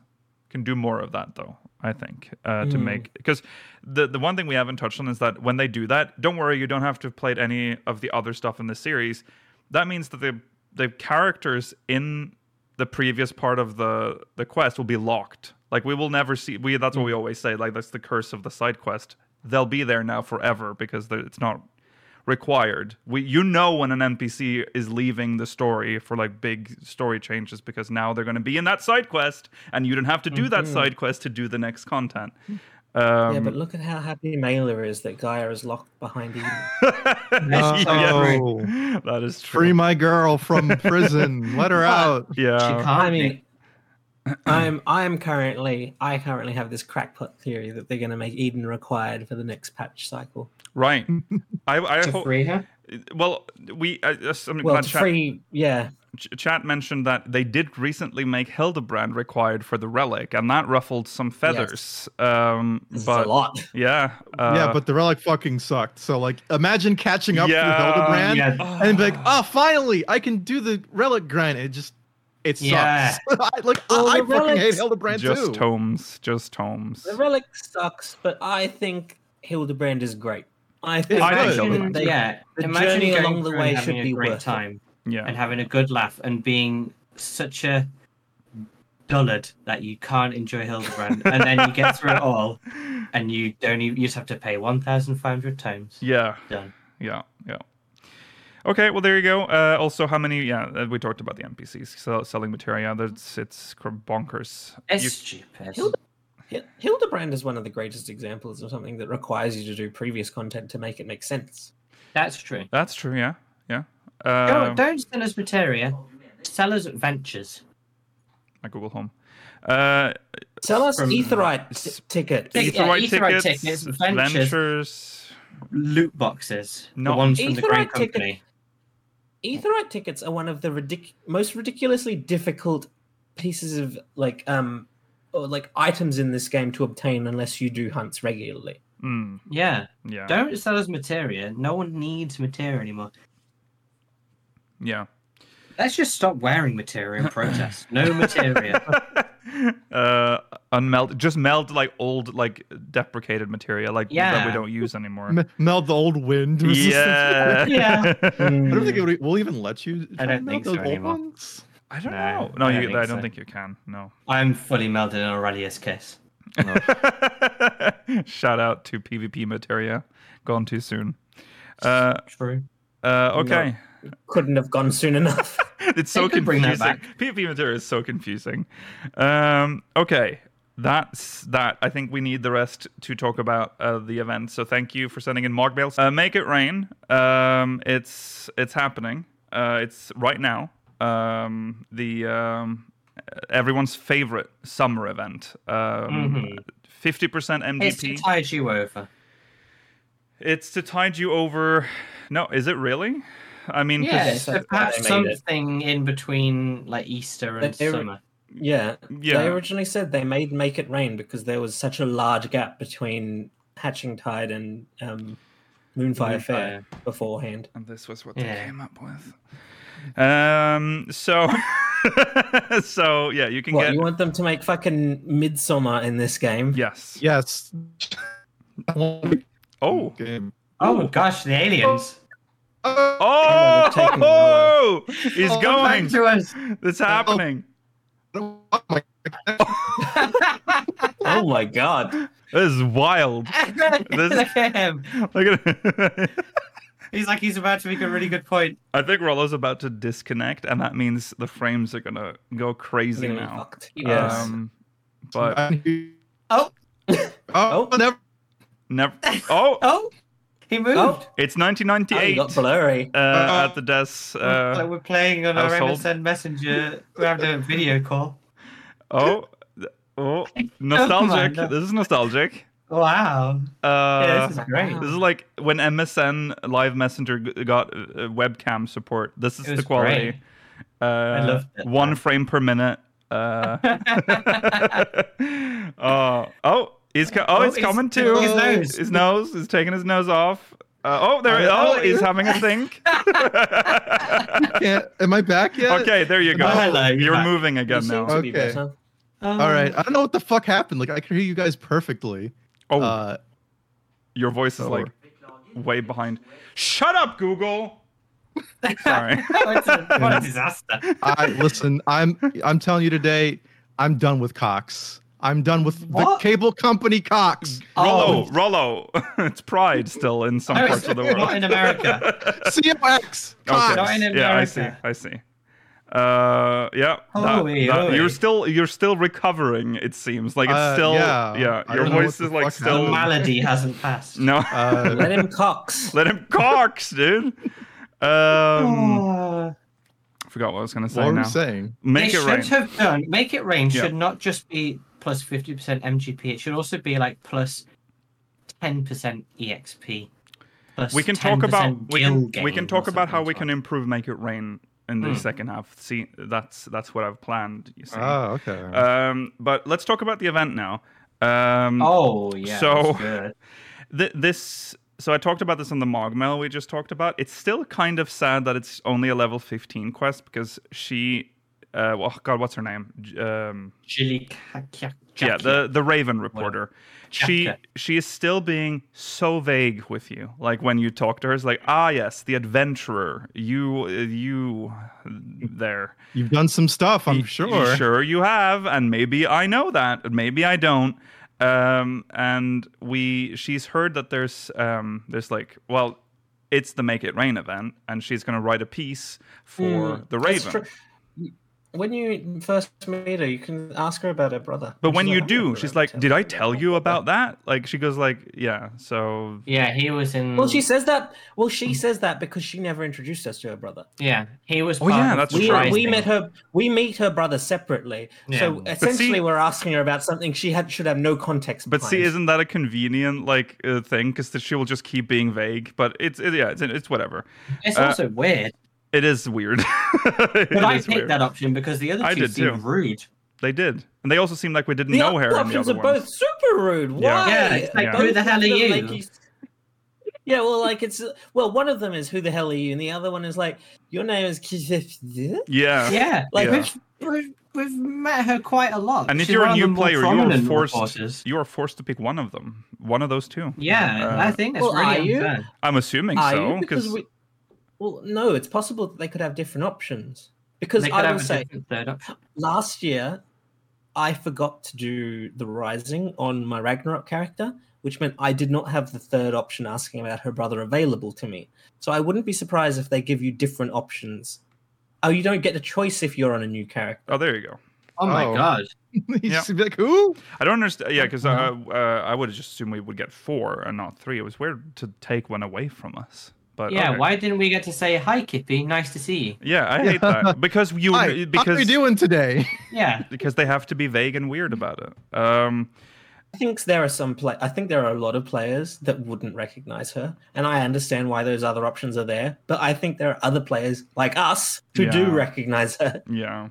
A: can do more of that though i think uh, to
D: Mm.
A: make because the, the one thing we haven't touched on is that when they do that don't worry you don't have to play any of the other stuff in the series that means that the the characters in the previous part of the the quest will be locked like we will never see we that's what we always say like that's the curse of the side quest they'll be there now forever because they're- it's not required. We you know when an NPC is leaving the story for like big story changes because now they're going to be in that side quest and you don't have to do that
D: Mhm.
A: side quest to do the next content.
D: yeah,
A: Um,
D: but look at how happy Mela is that Gaia is locked behind Eden.
A: yes,
C: No.
A: that is true.
C: Free my girl from prison. Let her out.
F: She
A: yeah.
F: can't
D: I mean, I'm I'm currently I currently have this crackpot theory that they're going to make Eden required for the next patch cycle.
A: Right. I, I
F: To
A: hope.
F: free her?
A: Well, we. I, uh, I'm
D: Well,
A: glad
D: it's
A: chat,
D: free, yeah.
A: ch- chat mentioned that they did recently make Hildebrand required for the relic, and that ruffled some feathers. Um,
D: This is a
A: but
D: lot.
A: yeah. Uh,
C: yeah, but the relic fucking sucked. So like, imagine catching up
A: Yeah,
C: with Hildebrand
B: yeah.
C: and be like, oh, finally, I can do the relic grind. It just, it sucks.
B: Yeah.
C: I- like,
D: Well,
C: I, I
D: the
C: fucking hate
D: relics-
C: Hildebrand
A: just
C: too.
A: tomes, just tomes.
D: The relic sucks, but I think Hildebrand is great. I think,
C: I think
D: that
C: Hildebrand.
D: they-
F: Mm. yeah.
D: the
F: Imagine
D: journey
F: going
D: along the
F: through and
D: way
F: having
D: should
F: a
D: be
F: great
D: worth it.
F: time and
A: Yeah.
F: having a good laugh and being such a dullard that you can't enjoy Hildebrand, and then you get through it all, and you don't even you just have to pay one thousand five hundred times.
A: Yeah.
F: Done.
A: Yeah. Yeah. Okay, well there you go. Uh, also, how many? Yeah, uh, we talked about the NPCs sell, selling materia. That's it's cr- bonkers.
F: It's
A: You-
F: stupid.
D: Hilde- Hil- Hildebrand is one of the greatest examples of something that requires you to do previous content to make it make sense.
F: That's true.
A: that's true. Yeah, yeah.
F: Don't,
D: Um,
A: Uh,
F: don't sell us materia. Sell us adventures.
A: my Google Home. Uh,
D: Sell us
F: From-
D: Etherite t- ticket.
F: Tick- yeah,
A: Etherite
F: Etherite
A: tickets,
F: E tickets,
A: ventures.
F: ventures. Loot boxes.
A: No.
F: The ones from the
D: Etherite
F: Grand
D: ticket-
F: Company.
D: Etherite tickets are one of the ridic- most ridiculously difficult pieces of like um or like items in this game to obtain unless you do hunts regularly.
A: Mm,
F: Yeah.
A: yeah,
F: Don't sell us materia. No one needs materia anymore.
A: yeah.
F: Let's just stop wearing materia in protest. No materia.
A: uh, unmelt. Just melt like old, like deprecated material, like that we
F: Yeah.
A: don't use anymore.
C: M- meld the old wind. resistance.
A: yeah.
F: Yeah.
C: I
A: Mm.
C: don't think it would, e, will even let you.
F: I don't
C: melt
F: think
C: those
F: so
C: old
F: anymore.
C: ones.
A: I don't
F: No,
A: know. No,
F: I
A: you,
F: don't
A: I don't,
F: think
A: think
F: so.
A: you can. No.
F: I'm fully melded in Aurelius' kiss.
A: Shout out to PvP materia. Gone too soon. Uh,
F: True.
A: uh, okay.
D: Couldn't have gone soon enough.
A: It's so
F: They could bring
A: confusing.
F: that back.
A: PvP material is so confusing. Um, okay. That's that. I think we need the rest to talk about uh, the event. So thank you for sending in mog mails. Uh, make it rain. Um, it's it's happening. Uh, it's right now. Um, the um, everyone's favorite summer event.
F: Mm-hmm.
A: Um, 50% MGP.
F: It's to tide you over.
A: It's to tide you over. No, is it really? I mean, 'cause-
F: Yeah,
D: Yes,
F: it's
D: that's why
F: perhaps
D: they made it.
F: something in between like Easter and
D: But they were-
F: summer.
D: yeah. They
A: yeah,
D: originally said they made make it rain because there was such a large gap between Hatching Tide and um Moonfire, Fair beforehand.
A: and this was what they
F: Yeah.
A: came up with. Um, so, so yeah, you can
D: What
A: get
D: you want them to make fucking midsummer in this game?
A: yes.
C: Yes.
A: Oh,
C: Game.
F: Oh gosh, the aliens.
C: Oh,
A: oh,
D: taking them all.
A: he's
C: Oh,
A: going.
F: to us.
A: It's happening.
C: oh my
D: Oh my god!
A: This is wild. This-
F: Look at him.
A: Look at.
F: He's like he's about to make a really good point.
A: I think Rollo's about to disconnect, and that means the frames are gonna go crazy
D: Gonna be
A: now.
D: fucked. Yes.
A: Um, but
F: Oh.
C: oh, never.
A: never. Oh,
F: Oh, he moved.
D: Oh.
A: it's
D: Oh, you
A: 1998.
D: got blurry.
A: uh, at the desk.
F: Like,
A: Uh,
F: we're playing on our
A: household.
F: MSN Messenger. We're having a video call.
A: oh, th- oh, nostalgic.
F: no.
A: This is nostalgic.
F: Wow.
A: Uh,
F: yeah, this is great.
D: wow.
A: this is like when MSN Live Messenger g- got uh, webcam support. This is
F: It
A: the
F: was
A: quality. Uh, I
F: loved it.
A: One frame per minute. Uh, oh, oh, he's co- oh,
F: Oh,
A: he's
F: he's-
A: coming
F: he's-
A: too.
F: his nose.
A: His nose. He's taking his nose off. Uh, oh, there.
F: Oh,
A: Oh, he's having a think.
C: Can't, am I back yet?
A: okay, there you go.
F: Oh, hello, you're
A: You're
F: back.
A: moving
D: You
A: again now.
D: seem to be
C: Okay.
D: better.
F: Um,
C: All right. I don't know what the fuck happened. Like I could hear you guys perfectly.
A: Oh,
C: Uh,
A: your voice is like way behind. Shut up, Google. Sorry.
F: What a, what a disaster.
C: I listen. I'm I'm telling you today. I'm done with Cox. I'm done with the
F: What?
C: cable company Cox.
A: Rollo,
F: Oh.
A: Rollo. it's pride still in some
F: No,
A: parts
F: it's
A: of the
F: not
A: world.
F: in America.
C: CMX. Cox.
F: Not in
A: Yeah, I
F: America.
A: see. I see. Uh, yeah. that-
F: Holy,
A: that-
F: holy.
A: You're still you're still recovering. It seems like it's
C: Uh,
A: still
C: yeah.
A: yeah.
C: I
A: Your
C: don't know what
A: voice
C: the
A: is like
C: fuck
A: still
C: happened.
F: The malady hasn't passed.
A: no.
C: Uh,
D: Let him cox.
A: Let him cox, dude. Um,
F: Oh,
A: forgot what I was going to say
C: What were
A: now.
C: we saying?
A: Make
F: they
A: it
F: should
A: rain.
F: have done. Make it rain
A: Yeah.
F: should not just be plus fifty percent MGP. It should also be like plus ten percent EXP. Plus
A: we can talk about
F: 10%
A: we can,
F: guild
A: we can
F: gain
A: talk
F: or
A: about how
F: something
A: we
F: as
A: can
F: well.
A: improve make it rain in the
F: Hmm.
A: second half. See, that's that's what I've planned. You see.
C: Ah, okay.
A: Um, but let's talk about the event now. Um,
F: Oh yeah.
A: So-
F: that's good.
A: th- this so I talked about this on the Mogmail we just talked about. It's still kind of sad that it's only a level 15 quest because she uh oh god, what's her name? J- Um
F: Jilly Ka- Ka-
A: yeah,
F: Jackie.
A: the the Raven reporter. She
F: Jackie.
A: she is still being so vague with you. Like when you talk to her, it's like, "Ah, yes, the adventurer. You uh, you there."
C: You've done some stuff, I'm
A: Y-
C: sure.
A: Sure, you have, and maybe I know that, maybe I don't. Um, and we, she's heard that there's, um, there's like, well, it's the Make It Rain event, and she's gonna write a piece for
D: Mm,
A: the
D: That's
A: Raven.
D: true. When you first meet her, you can ask her about her brother.
A: But
D: And
A: when
D: she's
A: you
D: like, "Oh, "I
A: do,
D: never
A: she's
D: ever
A: like,
D: tell
A: "Did I
D: you
A: tell
D: about
A: you
D: my
A: about that?" Like she goes, "Like yeah." So
F: Yeah, he was in.
D: brother." Well, she says that. Well,
A: Mm.
D: she says that because she never introduced us to her brother.
F: Yeah, he was.
A: Oh, yeah,
F: part of
A: that's
F: the
D: We,
A: true.
F: Rising.
D: we met her. We meet her brother separately. So
F: Yeah.
D: essentially,
A: see-
D: we're asking her about something she had should have no context.
A: But see,
D: behind.
A: isn't that a convenient like uh, thing? Because she will just keep being vague. But it's it, yeah, it's, it's whatever.
F: It's
A: uh,
F: also weird.
A: It is weird.
F: But I picked that option because the other
A: I
F: two
A: did
F: seemed
A: too.
F: rude.
A: They did, and they also seemed like we didn't
D: the
A: know
D: other
A: her. in the
D: options
A: other
D: are
A: ones.
D: both super rude. Why?
A: Yeah.
F: Yeah, it's like,
A: Yeah.
F: who the
D: Both
F: hell
D: of
F: are
D: them,
F: you?
D: s- yeah, well, like it's well, one of them is who the hell are you, and the other one is like your name is
A: Yeah.
F: Yeah,
D: Like,
A: Yeah.
F: We've, we've, we've met her quite a lot.
A: And if
F: She's
A: you're a
F: one of the
A: new
F: more
A: player, you are
F: prominent
A: forced.
F: reporters.
A: You are forced to pick one of them, one of those two.
F: Yeah,
A: Uh,
F: I think that's
D: Well, are
F: really
D: you?
F: unfair.
A: I'm assuming
D: are
A: so
D: you? Ah, Because we, well, no, it's possible that they could have different options. Because
F: They could
D: I
F: have
D: will
F: a
D: say,
F: different third option.
D: last year I forgot to do the rising on my Ragnarok character, which meant I did not have the third option asking about her brother available to me. So I wouldn't be surprised if they give you different options. Oh, you don't get a choice if you're on a new character.
A: oh, there you go.
F: Oh my
C: Oh.
F: god!
C: He's
A: Yeah.
C: like, who?
A: I don't understand. Yeah, because
F: Uh-huh.
A: uh, uh, I would have just assumed we would get four and not three. It was weird to take one away from us. But
F: Yeah,
A: okay.
F: why didn't we get to say hi, Kippy? Nice to see you.
A: Yeah, I hate that because you
C: Hi, how are
A: because
C: you doing today?
F: Yeah,
A: because they have to be vague and weird about it. Um,
D: I think there are some play. I think there are a lot of players that wouldn't recognize her, and I understand why those other options are there. But I think there are other players like us who do
A: Yeah.
D: recognize her.
A: Yeah.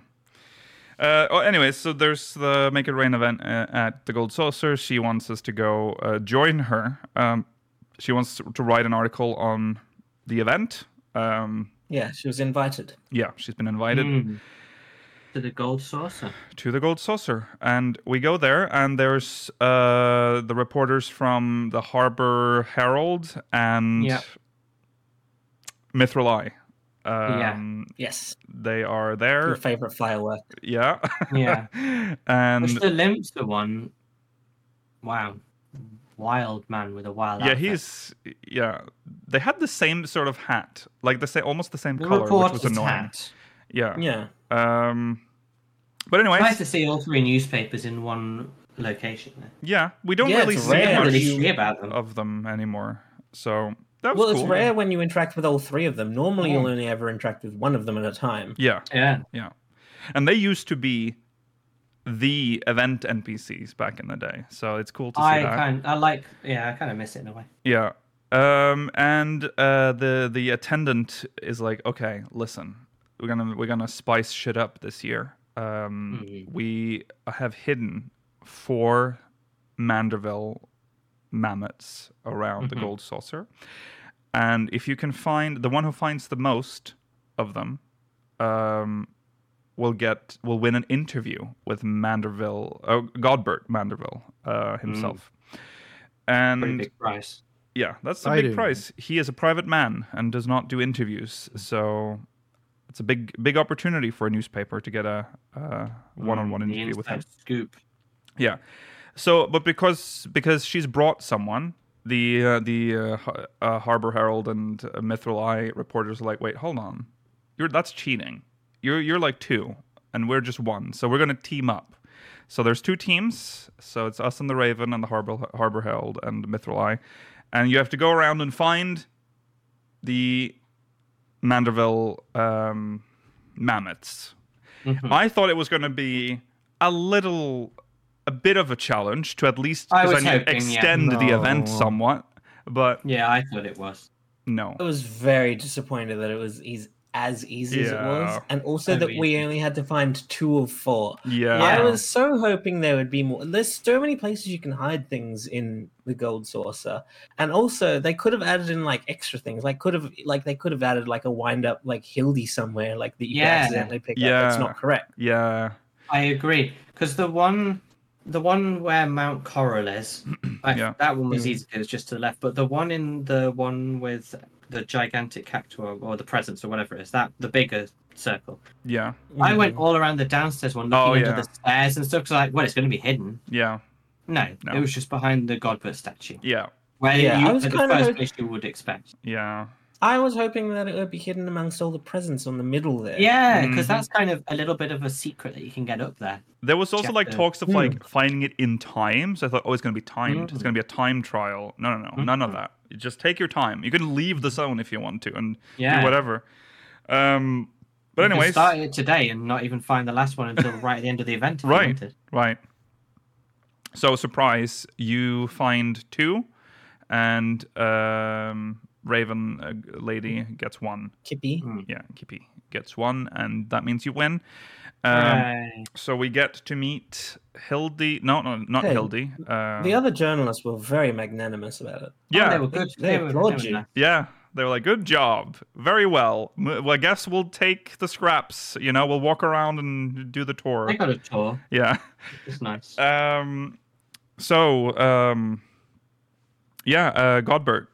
A: Uh, oh, anyway, so there's the Make It Rain event uh, at the Gold Saucer. She wants us to go uh, join her. Um, she wants to write an article on the event. Um,
D: Yeah, she was invited.
A: yeah, she's been invited
F: Mm. to the gold saucer.
A: to the Gold Saucer, and we go there, and there's uh, the reporters from the Harbor Herald and
F: Yeah.
A: Mithril Eye. Um,
D: Yes,
A: They are
D: your
A: there.
D: favorite firework.
A: Yeah.
F: Yeah.
A: and
F: Which the Limpster one? Wow, wild man with a wild.
A: Yeah,
F: outfit.
A: he's yeah. They had the same sort of hat, like the same, almost the same
F: the
A: color, which
F: reporter's
A: was annoying.
F: hat.
A: Yeah.
D: Yeah,
A: Um. But anyway,
F: Nice to see all three newspapers in one location. there.
A: yeah, we don't
D: Yeah,
A: really
D: it's
A: see
D: rare
F: Yeah,
D: that
A: much Oh.
F: really
D: you-
F: see about them.
A: of them anymore. So that was
D: well,
A: cool.
D: it's rare when you interact with all three of them. Normally, you'll
A: Mm.
D: only ever interact with one of them at a time.
A: Yeah,
F: Yeah.
A: and they used to be the event NPCs back in the day, so it's cool to see
F: I
A: that.
F: kind I like yeah, I kind of miss it in a way.
A: Yeah. Um, and uh, the the attendant is like, okay, listen, we're gonna we're gonna spice shit up this year. Um,
F: Mhm.
A: We have hidden four Manderville mammoths around the
F: Mhm.
A: gold saucer, and if you can find the one who finds the most of them, um, will get will win an interview with Manderville, uh, Godbert Manderville uh, himself.
F: Pretty
A: And
F: big price.
A: yeah, that's a big
C: Exciting.
A: price. He is a private man and does not do interviews, so it's a big, big opportunity for a newspaper to get a uh, one-on-one
F: Mm, the
A: interview with him.
F: inside Scoop.
A: Yeah. So, but because because she's brought someone, the uh, the uh, Har- uh, Harbor Herald and uh, Mithril Eye reporters are like, wait, hold on, you're that's cheating. You're you're like two, and we're just one. So we're gonna team up. So there's two teams. So it's us and the Raven and the Harbor Harbor Herald and Mithril Eye, and you have to go around and find the Manderville um, mammoths.
F: Mhm.
A: I thought it was going to be a little, a bit of a challenge to at least
F: I
A: 'cause
F: was
A: knew-
F: hoping, yeah.
A: extend the event
C: No.
A: somewhat, but
F: Yeah, I thought it was.
A: no.
D: I was very disappointed that it was eas as easy as it was,
A: Yeah.
D: and also
F: Oh,
D: that we
F: yeah.
D: only had to find two of four.
A: Yeah.
D: I was so hoping there would be more. There's so many places you can hide things in the gold saucer, and also they could have added in like extra things. Like could have like they could have added like a wind up like Hildy somewhere like that you
F: Yeah.
D: could accidentally pick up. That's
A: Yeah.
D: not correct.
A: Yeah.
F: I agree because the one, the one where Mount Coral is, I,
A: Yeah.
F: that one was
D: Mm.
F: easy. 'cause It was just to the left, but the one in the one with the gigantic cactuar or the presence or whatever it is, that the bigger circle.
A: Yeah.
D: Mm-hmm.
F: I went all around the downstairs one, looking
A: Mm-hmm. Oh,
F: under
A: yeah.
F: the stairs and stuff. Cause like, well, it's going to be hidden.
A: Yeah.
F: No,
A: No.
F: it was just behind the Godbert statue,
A: Yeah.
F: where
D: Yeah,
F: you
D: I
F: were
D: was
F: the
D: kinda
F: first
D: hope-
F: place you would expect.
A: Yeah.
D: I was hoping that it would be hidden amongst all the presents on the middle there.
F: Yeah, because
A: Mhm.
F: that's kind of a little bit of a secret that you can get up there.
A: There was also
F: Check
A: like
F: the-
A: talks of
D: Hmm.
A: like finding it in time. So I thought, oh, it's going to be timed. It's
F: Mm.
A: going to be a time trial. No, no, no, none of that. You just take your time. You can leave the zone if you want to and
F: Yeah,
A: do whatever. Um, but
F: You
A: anyways,
F: could start it today and not even find the last one until right at the end of the event. if you
A: Right.
F: wanted.
A: right. So surprise, you find two, and um, Raven uh, g- lady gets one.
D: Kippy.
A: Yeah, Kippy gets one, and that means you win. Um,
F: Right.
A: So we get to meet Hildy. No, no, not
D: Hey,
A: Hildy. Uh,
D: The other journalists were very magnanimous about it.
A: yeah,
F: Oh, they were good.
D: They
F: They, were,
D: applaud
F: they were
D: you.
F: nice.
A: Yeah, they were like, "Good job, very well. M- Well, I guess we'll take the scraps. You know, we'll walk around and do the tour."
F: They got a tour.
A: Yeah.
F: It's nice.
A: Um. So, um, yeah, uh, Godbert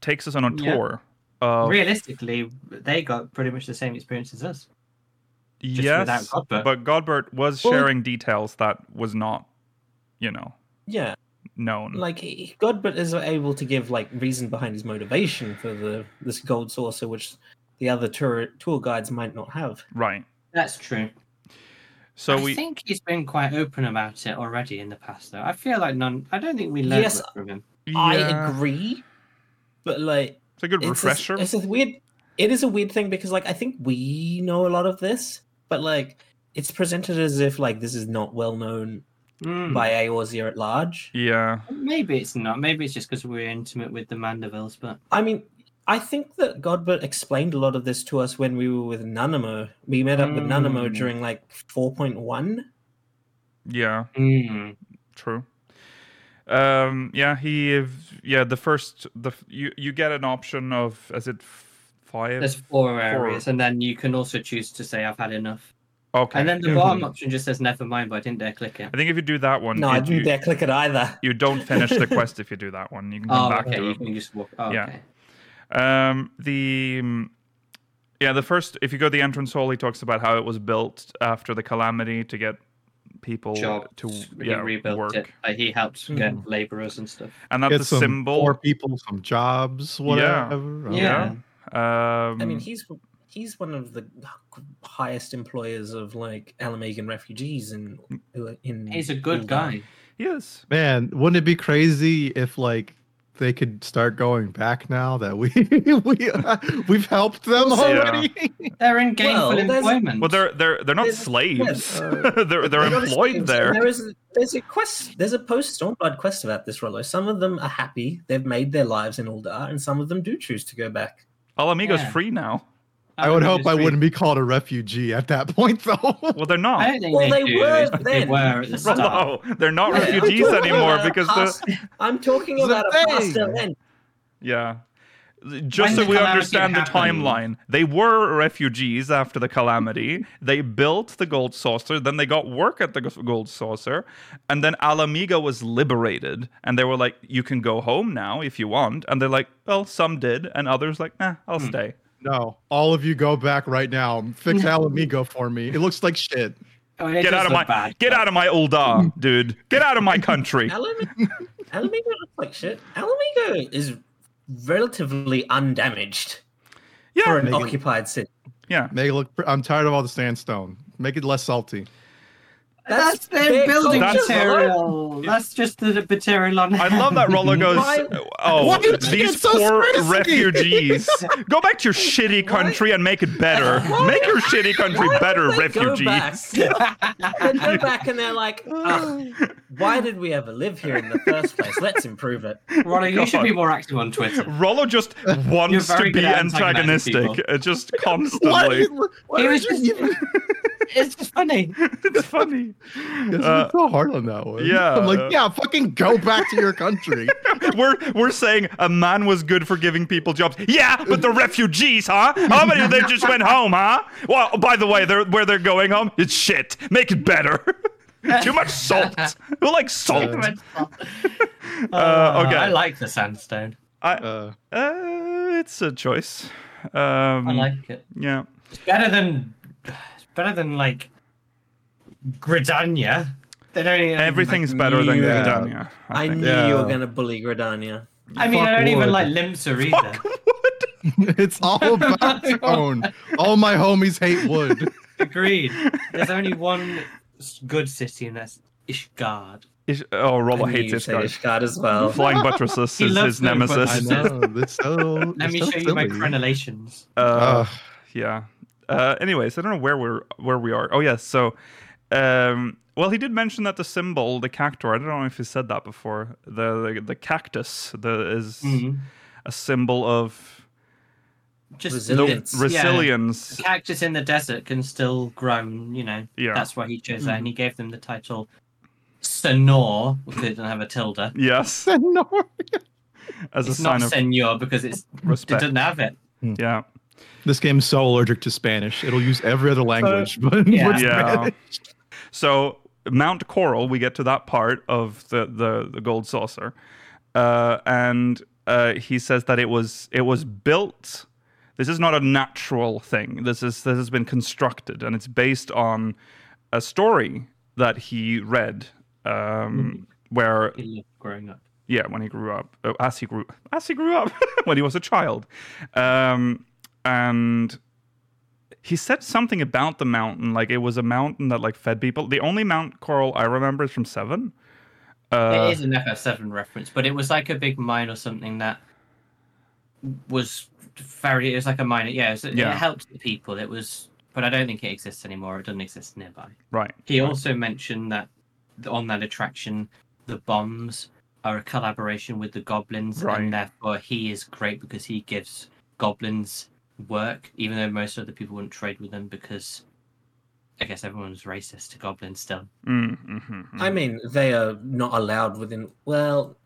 A: takes us on a
F: Yeah.
A: tour. Of,
F: Realistically, they got pretty much the same experience as us. just without
A: yes,
F: Godbert.
A: but Godbert was
D: Well-
A: sharing details that was not, you know,
D: Yeah,
F: Hmm.
A: known.
D: like he- Godbert is able to give like reason behind his motivation for the this gold saucer, which the other tour tour guides might not have.
A: right.
F: That's true.
A: So
F: I
A: we.
F: think he's been quite open about it already in the past, though. I feel like none. I don't think we learned
D: Yes,
F: much from him.
D: I
A: Yeah.
D: agree, but like
A: It's a good
D: it's a-
A: refresher.
D: It's a, weird. It is a weird thing because like I think we know a lot of this, but like it's presented as if like this is not well known
F: Mm.
D: by Eorzea at large.
A: yeah.
F: Maybe it's not. Maybe it's just because we're intimate with the Mandevilles, but
D: I mean, I think that Godbert explained a lot of this to us when we were with Nanamo. We met up with Nanamo
F: Mm.
D: during like 4.1.
A: Yeah.
D: Hmm.
F: Mm.
A: True. Um, yeah, he. v- Yeah, the first the f- you you get an option of is it f- five?
F: there's four areas, and then you can also choose to say I've had enough.
A: okay.
F: And then the
D: Mhm.
F: bottom option just says never mind, but I didn't dare click it.
A: I think if you do that one,
D: No, I
A: it-
D: didn't
A: Hmm. you,
D: dare click it either.
A: you don't finish the quest if you do that one. You can come
F: Oh,
A: back
F: okay.
A: to
F: You
A: it.
F: can just walk. Oh,
A: Yeah.
F: okay.
A: Um, the mm, yeah, the first if you go to the entrance hall, he talks about how it was built after the calamity to get people
F: Job
A: to
F: he
A: yeah
F: rebuilt
A: work, Hmm.
F: it. Like, he helped get laborers and stuff.
A: and that's
C: Get
A: the
C: some
A: symbol.
C: poor people, some jobs, whatever. Um,
A: Yeah. Um,
D: I mean, he's he's one of the highest employers of like Alamegan refugees in in
F: He's a good
D: Uldan.
F: guy.
A: he is.
C: Man, wouldn't it be crazy if like they could start going back now that we we uh, we've helped them already?
F: They're in gainful
D: Well, there's-
F: employment.
A: Well, they're they're they're not
D: There's-
A: slaves.
C: uh,
A: they're they're
D: Honestly,
A: employed there.
D: There is there's a quest. There's a post Stormblood quest about this, Rollo. Some of them are happy. They've made their lives in Uldar, and some of them do choose to go back.
A: All Amigos
F: Yeah.
A: free now.
C: I would hope I wouldn't be called a refugee at that point though.
A: Well, they're not.
F: I don't think
D: Well,
F: they,
D: they
F: do.
D: were
F: it's- They
D: then.
F: were at the start.
A: No, they're not
D: Yeah, I'm
A: refugees
D: talking
A: anymore
D: about a
A: because the
D: past- I'm talking
C: The
D: about a past
C: thing.
D: event.
A: yeah. Just
F: When
A: so
F: the
A: we
F: calamity
A: understand the
F: happened-
A: timeline, they were refugees after the calamity. They built the gold saucer, then they got work at the g- gold saucer, and then Alamiga was liberated, and they were like, "You can go home now if you want." And they're like, "Well, some did, and others like, nah, I'll
F: Hmm.
A: stay."
C: No, all of you go back right now. Fix Alamigo for me. It looks like shit.
F: I mean, Oh, it
A: Get
F: does
A: out of
F: look
A: my
F: bad,
A: get
F: but-
A: out of my Uldar, dude. Get out of my country.
D: Alamigo looks like shit. Alamigo is relatively undamaged for
A: Yeah,
D: an
C: Megan-
D: occupied city.
A: yeah.
C: Make it look. pr- I'm tired of all the sandstone. Make it less salty.
F: That's,
D: their
F: their building
A: culture.
F: material. That's just the material on.
A: I love that Rollo goes,
D: Why-
A: oh,
C: why did you
A: these
C: get so
A: poor
C: spicy?"
A: refugees. Go back to your shitty country and make it better. Make your shitty country better,
D: They go back.
A: refugees.
D: they go back and they're like, "Ugh, why did we ever live here in the first place? Let's improve it.
F: Rollo, you should
A: God.
F: be more active on Twitter.
A: Rollo just wants to
F: very
A: be
F: good at antagonizing
A: antagonistic, uh, just
C: Why-
A: constantly.
C: why
F: He
C: are
F: was
C: you
F: just-
C: even-
F: it's just funny.
A: it's funny.
C: Yes,
A: Uh,
C: it's so hard on that one.
A: yeah,
C: I'm
A: uh,
C: like, yeah, fucking go back to your country.
A: We're we're saying a man was good for giving people jobs. Yeah, but the refugees, huh? How many of them just went home, huh? Well, by the way, they're where they're going home, it's shit. Make it better. Too much salt. Who likes salt? Uh, okay.
F: I like the sandstone.
C: Uh,
A: Uh, it's a choice. Um,
F: I like it.
A: Yeah.
F: It's better than, it's better than like, Gridania. They don't even,
A: Everything's better than
D: Yeah.
A: Gridania. I,
D: I
A: think.
D: knew you were
C: Yeah.
D: going to bully Gridania.
F: I mean, I
C: Fuck
F: don't even
C: wood.
F: like Limsa either.
A: Fuck wood.
C: it's all about tone. All my homies hate wood.
F: Agreed. There's only one s- good city, and that's Ishgard.
A: Ish- oh, Rollo
D: I knew
A: hates
D: you'd
A: this
D: say
A: guy.
D: Ishgard as well.
A: Flying buttresses
F: He
A: is
F: loves
A: his
F: them, but
A: nemesis.
C: I know. That's so.
F: Let
C: that's
F: me
C: so
F: show you my
C: silly.
F: crenellations.
A: Uh,
C: Ugh.
A: yeah. Uh, anyways, I don't know where we're where we are. Oh yes, so um, well he did mention that the symbol, the cactus. I don't know if he said that before. The the, the cactus the, is
F: Mhm.
A: a symbol of
F: Just
A: the
D: Resilience. Yeah.
A: resilience.
F: cactus in the desert can still grow, and, you know.
A: Yeah.
F: That's why he chose that, and he gave them the title Senor, because it didn't have a tilde.
A: Yes, as a
F: It's
A: sign
F: not
A: of
F: Senor because it's, it
A: respect.
F: doesn't have it.
A: Yeah,
C: This game's so allergic to Spanish. It'll use every other language, but
F: Uh, yeah.
C: but
A: yeah.
C: Spanish.
A: So Mount Coral, we get to that part of the the, the gold saucer, uh, and uh, he says that it was it was built. This is not a natural thing. This is this has been constructed, and it's based on a story that he read, um, where
F: He loved growing up.
A: yeah, when he grew up, oh, as he grew, as he grew up, when he was a child, um, and he said something about the mountain, like it was a mountain that like fed people. The only Mount Coral I remember is from Seven. Uh,
F: it is an FF7 reference, but it was like a big mine or something that was very. It was like a mine. Yeah, it, was,
A: Yeah.
F: it helped the people. It was, but I don't think it exists anymore. It doesn't exist nearby.
A: right.
F: He also mentioned that th- on that attraction, the bombs are a collaboration with the goblins,
A: Right.
F: and therefore he is great because he gives goblins work, even though most other people wouldn't trade with them because I guess everyone's racist to goblins still.
A: Mm, mhm, mhm.
D: I mean, they are not allowed within. Well,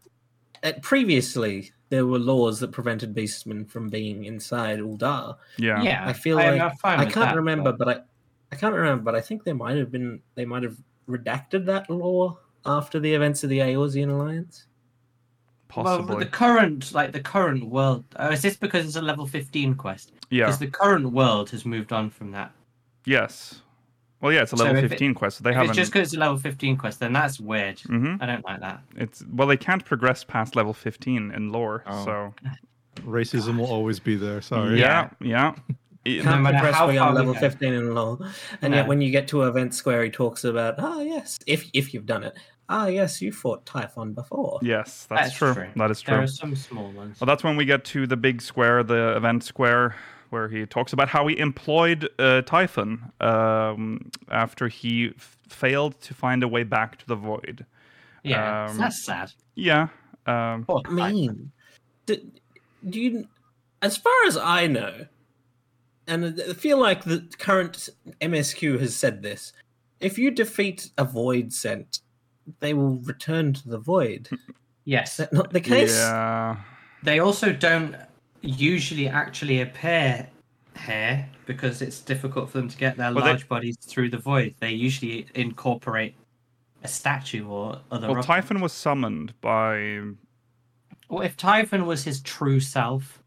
D: uh previously there were laws that prevented beastmen from being inside Uldar.
A: yeah.
D: I feel like-
F: I'm fine
D: I
F: with
D: can't
F: that,
D: remember,
F: but-
D: but I, I can't remember, but I think there might have been they might have redacted that law after the events of the Aeorzean Alliance.
F: Well,
A: possibly.
F: the current, like the current world, oh, is this because it's a level fifteen quest?
A: yeah.
F: Because the current world has moved on from that.
A: Yes. Well, yeah, it's a
F: So
A: level
F: if it-
A: fifteen quest. So they
F: If
A: haven't.
F: it's just because it's a level fifteen quest, then that's weird.
A: Mhm.
F: I don't like that.
A: It's well, they can't progress past level fifteen in lore.
C: Oh.
A: So
C: Racism will always be there. Sorry.
A: yeah, yeah. It-
D: Can't
F: matter
D: progress
F: how far
D: beyond
F: we
D: level
F: go.
D: fifteen in law, and yet
F: No.
D: when you get to event square, he talks about ah yes, if if you've done it, ah yes, you fought Typhon before.
A: Yes, that's,
F: That's
A: true.
F: true.
A: That is true.
F: There are some small ones.
A: Well, that's when we get to the big square, the event square, where he talks about how he employed uh, Typhon um, after he f- failed to find a way back to the void.
F: yeah,
A: um,
F: that's sad.
A: Yeah. Um,
F: Poor
D: I
F: guy.
D: mean, do, do you? As far as I know, and I feel like the current MSQ has said this: if you defeat a void sent, they will return to the void. Is
F: yes,
D: that not the case?
A: yeah.
F: they also don't usually actually appear here because it's difficult for them to get their
A: Well, they-
F: large bodies through the void. They usually incorporate a statue or other.
A: Well,
F: object.
A: Typhon was summoned by.
F: Well, if Typhon was his true self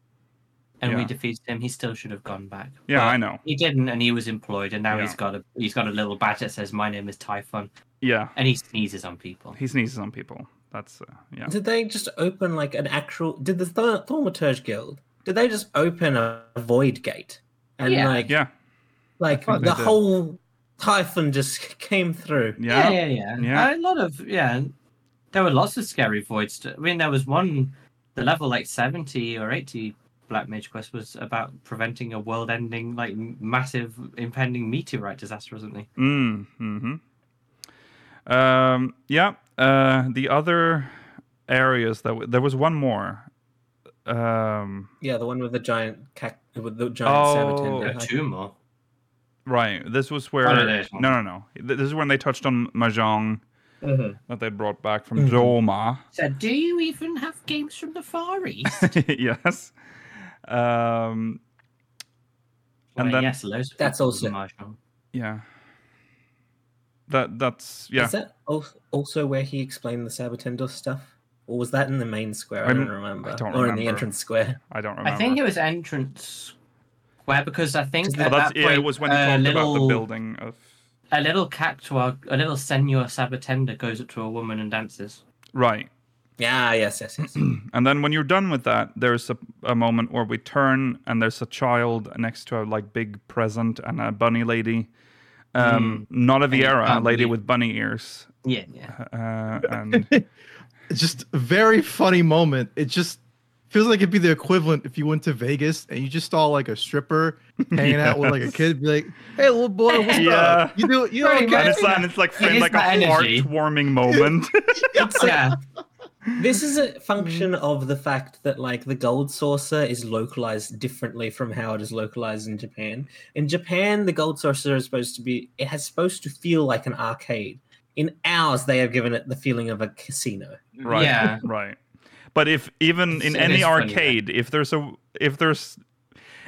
F: and we
A: Yeah.
F: defeated him, he still should have gone back.
A: Yeah,
F: But
A: I know.
F: He didn't, and he was employed, and now
A: Yeah.
F: he's got a he's got a little badge that says "My name is Typhon,"
A: Yeah,
F: and he sneezes on people.
A: he sneezes on people. That's uh, yeah.
D: Did they just open like an actual? Did the Thau- Thaumaturge Guild? Did they just open a void gate and
F: Yeah.
D: like
A: Yeah,
D: like
C: thought
D: the
C: they did.
D: whole Typhon just came through.
F: Yeah,
A: Yeah.
F: yeah, yeah.
A: Yeah.
F: A lot of yeah. There were lots of scary voids. To, I mean, there was one, the level like seventy or eighty Black Mage quest was about preventing a world-ending, like m- massive impending meteorite disaster or something.
A: Mm, hmm Um, yeah. Uh, the other areas that w- there was one more. Um,
D: Yeah, the one with the giant cac- with the giant
A: Oh.
F: There
D: saboteur.
F: were two more.
A: right. This was where.
F: no, there's
A: no,
F: one.
A: no, no. Th- This is when they touched on mahjong
D: Mhm.
A: that they brought back from
D: Mhm.
A: Doma.
F: So, do you even have games from the Far East?
A: yes. Um,
F: Well,
A: then-
F: yes, loads of
D: That's
F: people with
D: also-
F: Mahjong.
A: yeah. That that's yeah.
D: Is that al- also where he explained the Sabatendor stuff? Or was that in the main square? I
A: I'm-
D: don't remember.
A: I don't
D: or in
A: remember.
D: the entrance square.
A: I don't remember.
F: I think it was entrance where because I think
D: Is
A: Oh,
F: at
A: that's,
F: that
A: yeah, it
F: point,
A: was when he
F: a
A: talked about the
F: little-
A: building of.
F: a little cactuar, a little senor sabatenda goes up to a woman and dances.
A: Right.
D: Yeah, yes, yes, yes.
A: And then when you're done with that, there's a, a moment where we turn and there's a child next to a like big present and a bunny lady.
F: Mm.
A: Um, Not a
F: you
A: Viera, a
F: can't
A: lady
F: believe-
A: with bunny ears.
F: Yeah, yeah.
A: Uh, and
C: just a very funny moment. It just feels like it'd be the equivalent if you went to Vegas and you just saw like a stripper hanging out with like a
A: Yes.
C: kid, be like, "Hey, little boy, what's
A: Yeah.
C: up? You do you
F: Pretty
A: and
C: okay?"
A: it's, and it's like
F: It is
A: like a
F: that energy.
A: heartwarming moment.
F: yeah.
D: this is a function
A: Mm.
D: of the fact that like the gold saucer is localized differently from how it is localized in Japan. In Japan, the gold saucer is supposed to be it has supposed to feel like an arcade. In ours, they have given it the feeling of a casino.
A: right.
F: Yeah.
A: Right. But if even in
F: It
A: any
F: is funny, yeah.
A: arcade, if there's a if there's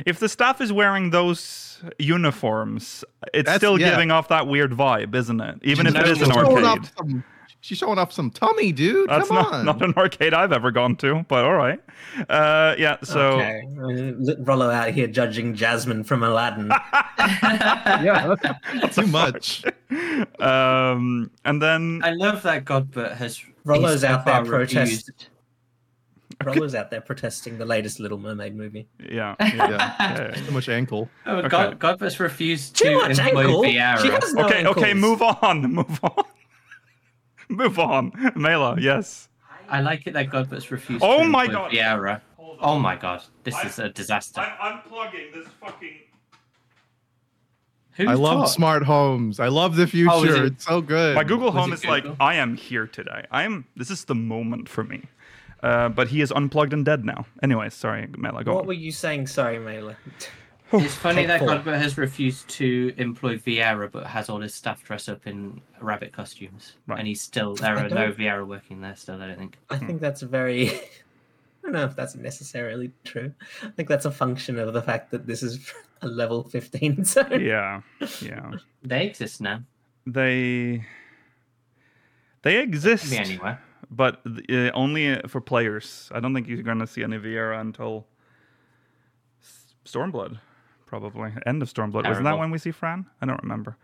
A: if the staff is wearing those uniforms, it's
C: That's-
A: still
C: yeah.
A: giving off that weird vibe, isn't it? Even if it is
F: knows
A: an
F: what's
C: showing
A: arcade.
C: off some- she's showing off some tummy, dude.
A: That's
C: Come
A: not,
C: on.
A: not an arcade I've ever gone to, but all right. Uh, yeah, so
D: okay. Uh, Rollo out here judging Jasmine from Aladdin.
C: yeah, that's too much.
A: um, and then
F: I love that Godbert has
D: Rollo's
F: he's so
D: out there
F: far refused.
D: protesting. Rollo's out there protesting the latest Little Mermaid movie.
A: yeah, yeah, yeah, yeah.
C: Too much ankle.
F: Oh,
A: Okay.
F: God, Godbert's refused to
D: Too much
F: employ
D: ankle. She
F: Viera.
D: has no
A: okay, okay,
D: ankles.
A: move on, move on, move on, Mela. Yes,
F: I like it that Godbert's refused.
A: Oh
F: to
A: my
F: employ
A: God.
F: Viera. Oh my God, this
A: I-
F: is a disaster.
A: unplugging this fucking.
F: Who
C: I love
F: taught?
C: smart homes. I love the future.
F: Oh, is it-
C: It's so good.
A: My Google
F: Was
A: Home
F: it
A: is like,
F: Google?
A: I am here today. I am. This is the moment for me. Uh, but he is unplugged and dead now. Anyway, sorry, Mela. Go
D: What
A: on.
D: were you saying? Sorry, Mela.
F: It's funny that
D: Four.
F: Godbert has refused to employ Vieira, but has all his staff dress up in rabbit costumes,
A: Right.
F: and he's still there.
D: I
F: Are no
D: don't-
F: Vieira working there still? I don't think.
D: I
A: Hmm.
D: think that's very. I don't know if that's necessarily true. I think that's a function of the fact that this is a level 15 zone.
A: yeah, yeah.
F: They exist now.
A: They they
F: Could
A: exist.
F: be anywhere.
A: but th- uh, only uh, for players. I don't think you're going to see any Vieira until S- Stormblood, probably end of Stormblood. Wasn't that
F: Terrible.
A: when we see Fran? I don't remember.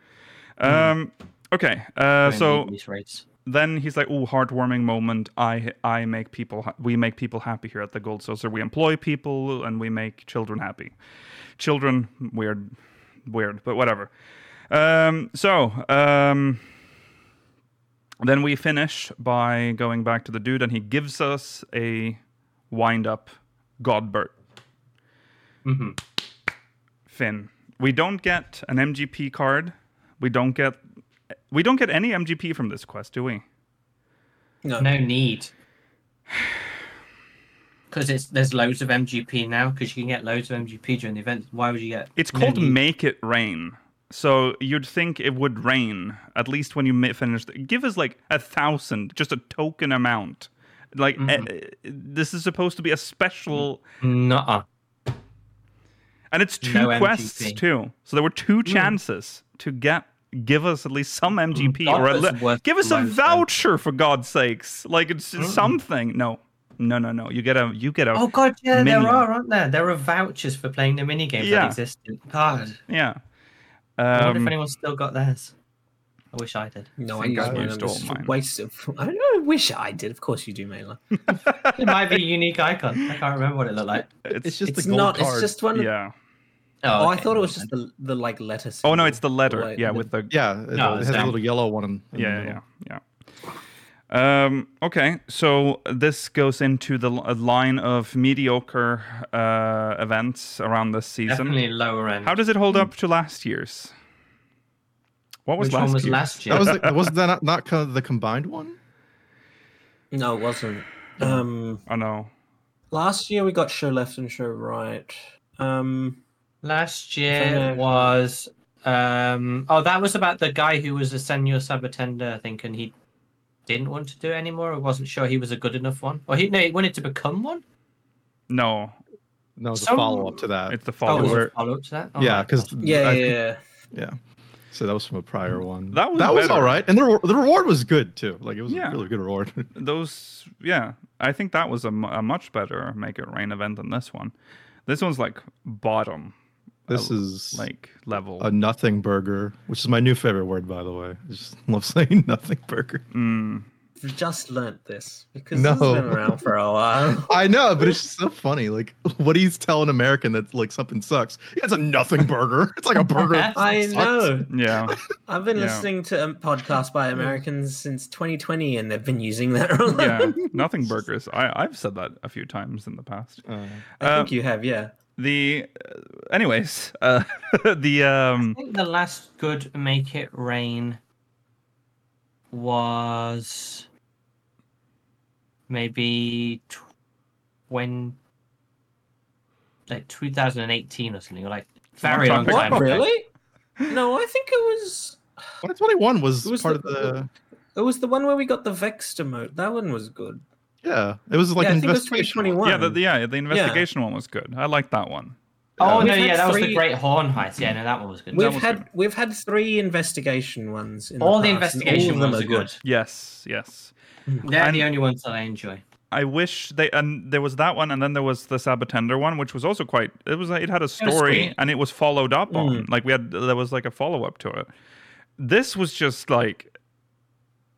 A: Um, okay, uh,
F: We're in
A: so
F: these rates.
A: then he's like, "Oh, heartwarming moment. I I make people. Ha- we make people happy here at the Gold Saucer. We employ people and we make children happy. Children, weird, weird, but whatever. Um, so um, then we finish by going back to the dude, and he gives us a wind up, Godbert
F: hmm
A: Finn. We don't get an MGP card. We don't get. We don't get any MGP from this quest, do we?
D: No,
F: No need. Because it's there's loads of MGP now. Because you can get loads of MGP during the event. Why would you get?
A: It's
F: no
A: called
F: need?
A: Make It Rain. So you'd think it would rain, at least when you mi- finish. The, give us like a thousand, just a token amount. Like,
F: Mm-hmm.
A: eh, eh, this is supposed to be a
F: Mm.
A: special.
F: Nuh-uh.
A: And it's two
F: No
A: quests,
F: MGP.
A: too. So there were two
F: Hmm.
A: chances to get. Give us at least some MGP,
F: God,
A: or at
F: that's
A: le-
F: Mm, worth
A: give us a
F: loads then.
A: voucher for God's sakes! Like it's something. No, no, no, no. You get a, you get a.
F: Oh god, yeah,
A: Minion.
F: there are, aren't there? There are vouchers for playing the minigames
A: Yeah.
F: that existed. God,
A: Yeah.
F: I wonder
A: Um,
F: if anyone's still got theirs. I wish I did.
D: no I
A: think
D: use
A: I
D: mine.
A: used
D: It's
A: all
D: a
A: mine.
D: Waste of, I don't know, I wish I did. Of course you do, Mela.
F: It might be a unique icon. I can't remember what it looked like.
A: it's,
C: It's just
D: it's
C: the gold
D: not.
C: card.
D: It's just one. of
A: yeah.
D: Oh, I
F: okay,
D: thought it was
F: never
D: just the, the like letter.
A: Oh no,
D: symbol.
A: it's the letter.
D: Like,
A: yeah,
D: the-
A: with the
C: Yeah, it,
F: No,
C: it
F: it's
C: has a
F: down.
C: little yellow one. In, in the
A: yeah,
C: middle.
A: yeah, yeah. Um, okay, so this goes into the l- line of mediocre uh, events around this season.
F: mind. Definitely lower end.
A: How does it hold up to last year's? What was
F: Which
A: last
F: one was
A: year's?
F: last year?
C: That was the, wasn't that not, not kind of the combined one?
D: No, it wasn't. Um,
A: Oh no.
D: last year we got show left and show right. Um,
F: Last
D: Somewhere.
F: year was um oh that was about the guy who was a senior subattender I think and he didn't want to do it anymore or wasn't sure he was a good enough one or he no he wanted to become one
A: No,
C: No, it was a
F: Some-
C: follow up to that.
A: it's the
F: oh
A: follower.
F: was
C: were-
F: it follow up to that Oh
C: yeah,
F: my
C: because
F: God.
D: yeah, yeah, yeah.
C: So that was from a prior one.
A: That was
C: that was
A: better.
C: all right, and the, re- the reward was good too. Like it was
A: Yeah.
C: a really good reward.
A: those yeah i think that was a, mu- a much better make it rain event than this one this one's like bottom
C: this
A: uh,
C: is like
A: like level
C: a nothing burger, which is my new favorite word, by the way. I just love saying nothing burger.
A: Mm.
D: We've just learnt this because this
C: No.
D: has been around for a while.
C: I know, but it's just so funny. Like, what do you tell an American that like something sucks? It's a nothing burger. It's like a burger. that
D: I
C: sucks.
D: know.
A: yeah
D: I've been
A: Yeah.
D: listening to a podcast by Americans since 2020, and they've been using that wrong.
A: yeah nothing burgers i i've said that a few times in the past
C: Uh,
D: I
A: Um,
D: think you have, yeah.
A: the uh, anyways uh the um
F: I think the last good make it rain was maybe when like 2018 or something or like
A: a long
F: very
A: time
F: long
A: ago.
F: time
A: What?
F: ago.
D: Really? No, I think it was
C: 2021 was,
D: It was
C: part
D: the-
C: of the
D: it was the one where we got the vexed emote. That one was good.
C: yeah. It was like
D: yeah, I
C: an
D: think it was
C: investigation.
D: 2021.
A: yeah the, the- yeah the investigation one was good i like that one
F: Oh
D: We've
F: no,
D: had
F: yeah, that was
D: three-
F: the Great Horn Heights. Yeah, no, that one was good.
D: We've
A: was
D: had
A: good.
D: we've had three investigation ones. In
F: all the
D: past, and all
F: investigation
D: of them
F: ones are good.
A: yes yes
F: They're
A: And-
F: the only ones that I enjoy.
A: I wish they and there was that one, and then there was the Sabatender one, which was also quite. It was it had a story,
F: great.
A: and it was followed up on.
D: Mm.
A: Like we had, there was like a follow up to it. This was just like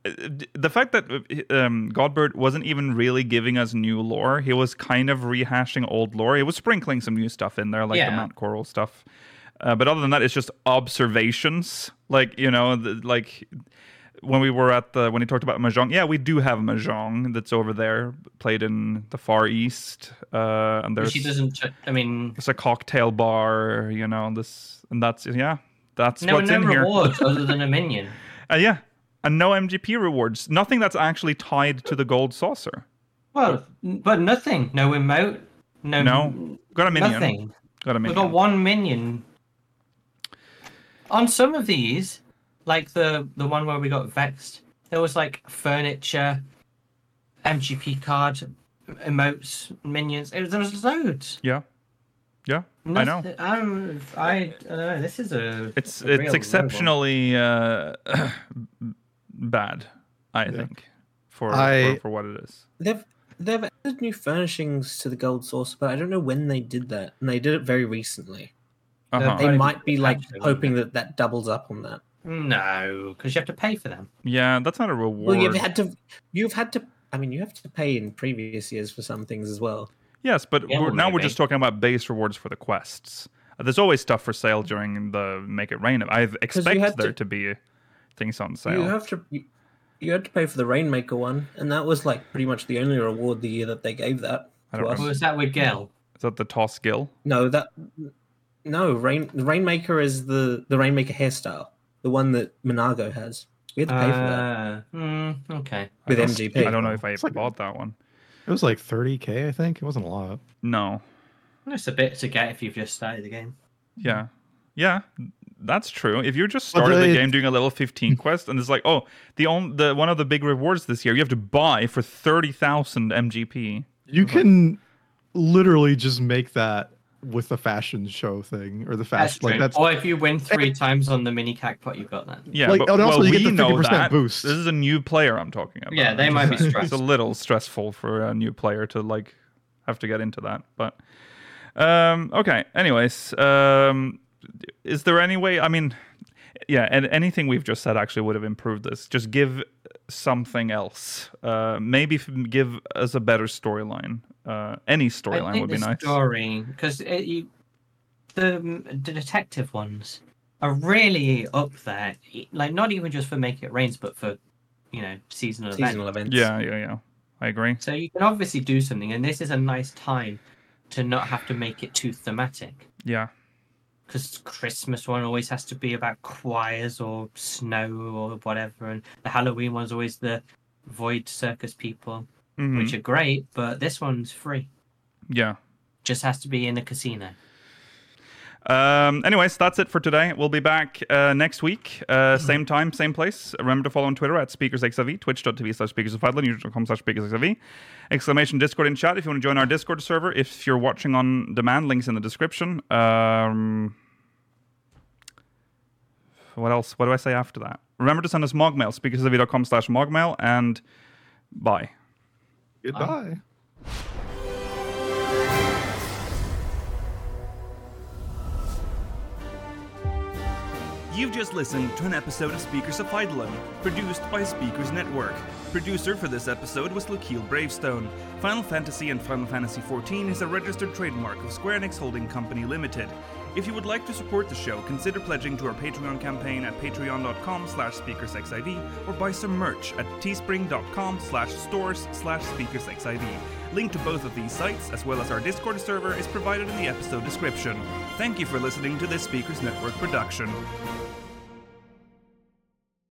A: uh, d- the fact that uh, um, Godbird wasn't even really giving us new lore. He was kind of rehashing old lore. He was sprinkling some new stuff in there, like the
F: Yeah.
A: Mount Coral stuff. Uh, but other than that, it's just observations. Like you know, the, like when we were at the when he talked about mahjong yeah we do have mahjong that's over there played in the far east uh and
F: But
A: there's
F: She doesn't. ch- I mean,
A: there's a cocktail bar you know this and that's yeah that's
F: no,
A: what's
F: no
A: in here
F: rewards other than a minion.
A: uh, yeah and no mgp rewards nothing that's actually tied to the gold saucer
F: Well, n- but nothing. No emote. No.
A: No, got a minion
F: Nothing.
A: got a
F: We've
A: minion
F: got one minion. On some of these, like the the one where we got vexed, there was like furniture, MGP card, emotes, minions. It was, there was loads.
A: yeah yeah I know.
F: Nothing- I'm, I don't know. This is a.
A: it's
F: a real
A: it's exceptionally uh bad i think for,
C: I-
A: for for what it is
D: They've they've added new furnishings to the gold saucer, but I don't know when they did that, and they did it very recently.
A: uh-huh.
D: They
F: I
D: might be like
F: actually-
D: hoping that that doubles up on that.
F: problem. No, because you have to pay for them.
A: yeah that's not a reward
D: Well, you've had to you've had to. I mean, you have to pay in previous years for some things as well.
A: Yes, but
F: Yeah,
A: we're, now we're
F: maybe.
A: just talking about base rewards for the quests. Uh, There's always stuff for sale during the Make It Rain. I expect
D: had
A: there to...
D: to-
A: be things on
D: You
A: sale.
D: have to. You, you had to pay for the Rainmaker one, and that was like pretty much the only reward the year that they gave that
A: I
D: to
A: don't
D: us.
F: Or was that with Gel?
A: Is that the Toss Gill?
D: No, that no rain. The rainmaker is the the rainmaker hairstyle, the one that Monago has. We had to pay for that
F: Uh, hmm, okay.
A: I
D: with
A: don't-
D: MGP.
A: I don't know if I
C: It's like-
A: bought that one.
C: It was like 30k, I think. It wasn't a lot.
A: No.
F: It's a bit to get if you've just started the game.
A: Yeah. Yeah. That's true. If you just
C: But
A: started the
C: they-
A: game doing a level 15 quest and it's like, oh, the on, the one of the big rewards this year, you have to buy for 30,000 MGP.
C: You can literally just make that with the fashion show thing or the
F: That's
C: fashion like
F: true.
C: that's
F: Or if you win three times on the mini crackpot, you've got that.
A: Yeah,
C: Like,
A: but
C: and also
A: well,
C: you get
A: we
C: the
A: know
C: 50%
A: that.
C: boost.
A: This is a new player I'm talking about.
F: Yeah, they
A: I'm
F: might
A: just
F: be
A: saying. It's a
F: stressed.
A: little stressful for a new player to like have to get into that. But um, okay. Anyways, um, is there any way? I mean, yeah, and anything we've just said actually would have improved this. Just give something else. Uh, maybe f- give us a better storyline. Uh, any
F: I
A: storyline
F: think
A: would be
F: the
A: nice.
F: Story, because you, the, mm, the detective ones are really up there. E- Like not even just for Make It Rains, but for you know seasonal, events.
D: Seasonal events.
A: Yeah, yeah, yeah. I agree.
F: So you can obviously do something, and this is a nice time to not have to make it too thematic.
A: Yeah,
F: Because Christmas one always has to be about choirs or snow or whatever, and the Halloween one's always the void circus people,
A: Mhm.
F: which are great, but this one's free.
A: yeah.
F: Just has to be in the casino.
A: Um, anyways, that's it for today. We'll be back uh, next week, uh, same time, same place. Remember to follow on Twitter at speakersxav, twitch.tv slash speakersofidlin, youtube.com slash speakersxav, exclamation Discord in chat if you want to join our Discord server. If you're watching on demand, links in the description. Um, what else? What do I say after that? Remember to send us mogmail, speakersxav.com slash mogmail, and bye.
C: Goodbye.
G: You've just listened to an episode of Speakers of Eidolon, produced by Speakers Network. Producer for this episode was Lakeel Bravestone. Final Fantasy and Final Fantasy XIV is a registered trademark of Square Enix Holding Company Limited. If you would like to support the show, consider pledging to our Patreon campaign at patreon.com slash speakersxiv or buy some merch at teespring.com slash stores slash speakersxiv. Link to both of these sites, as well as our Discord server, is provided in the episode description. Thank you for listening to this Speakers Network production.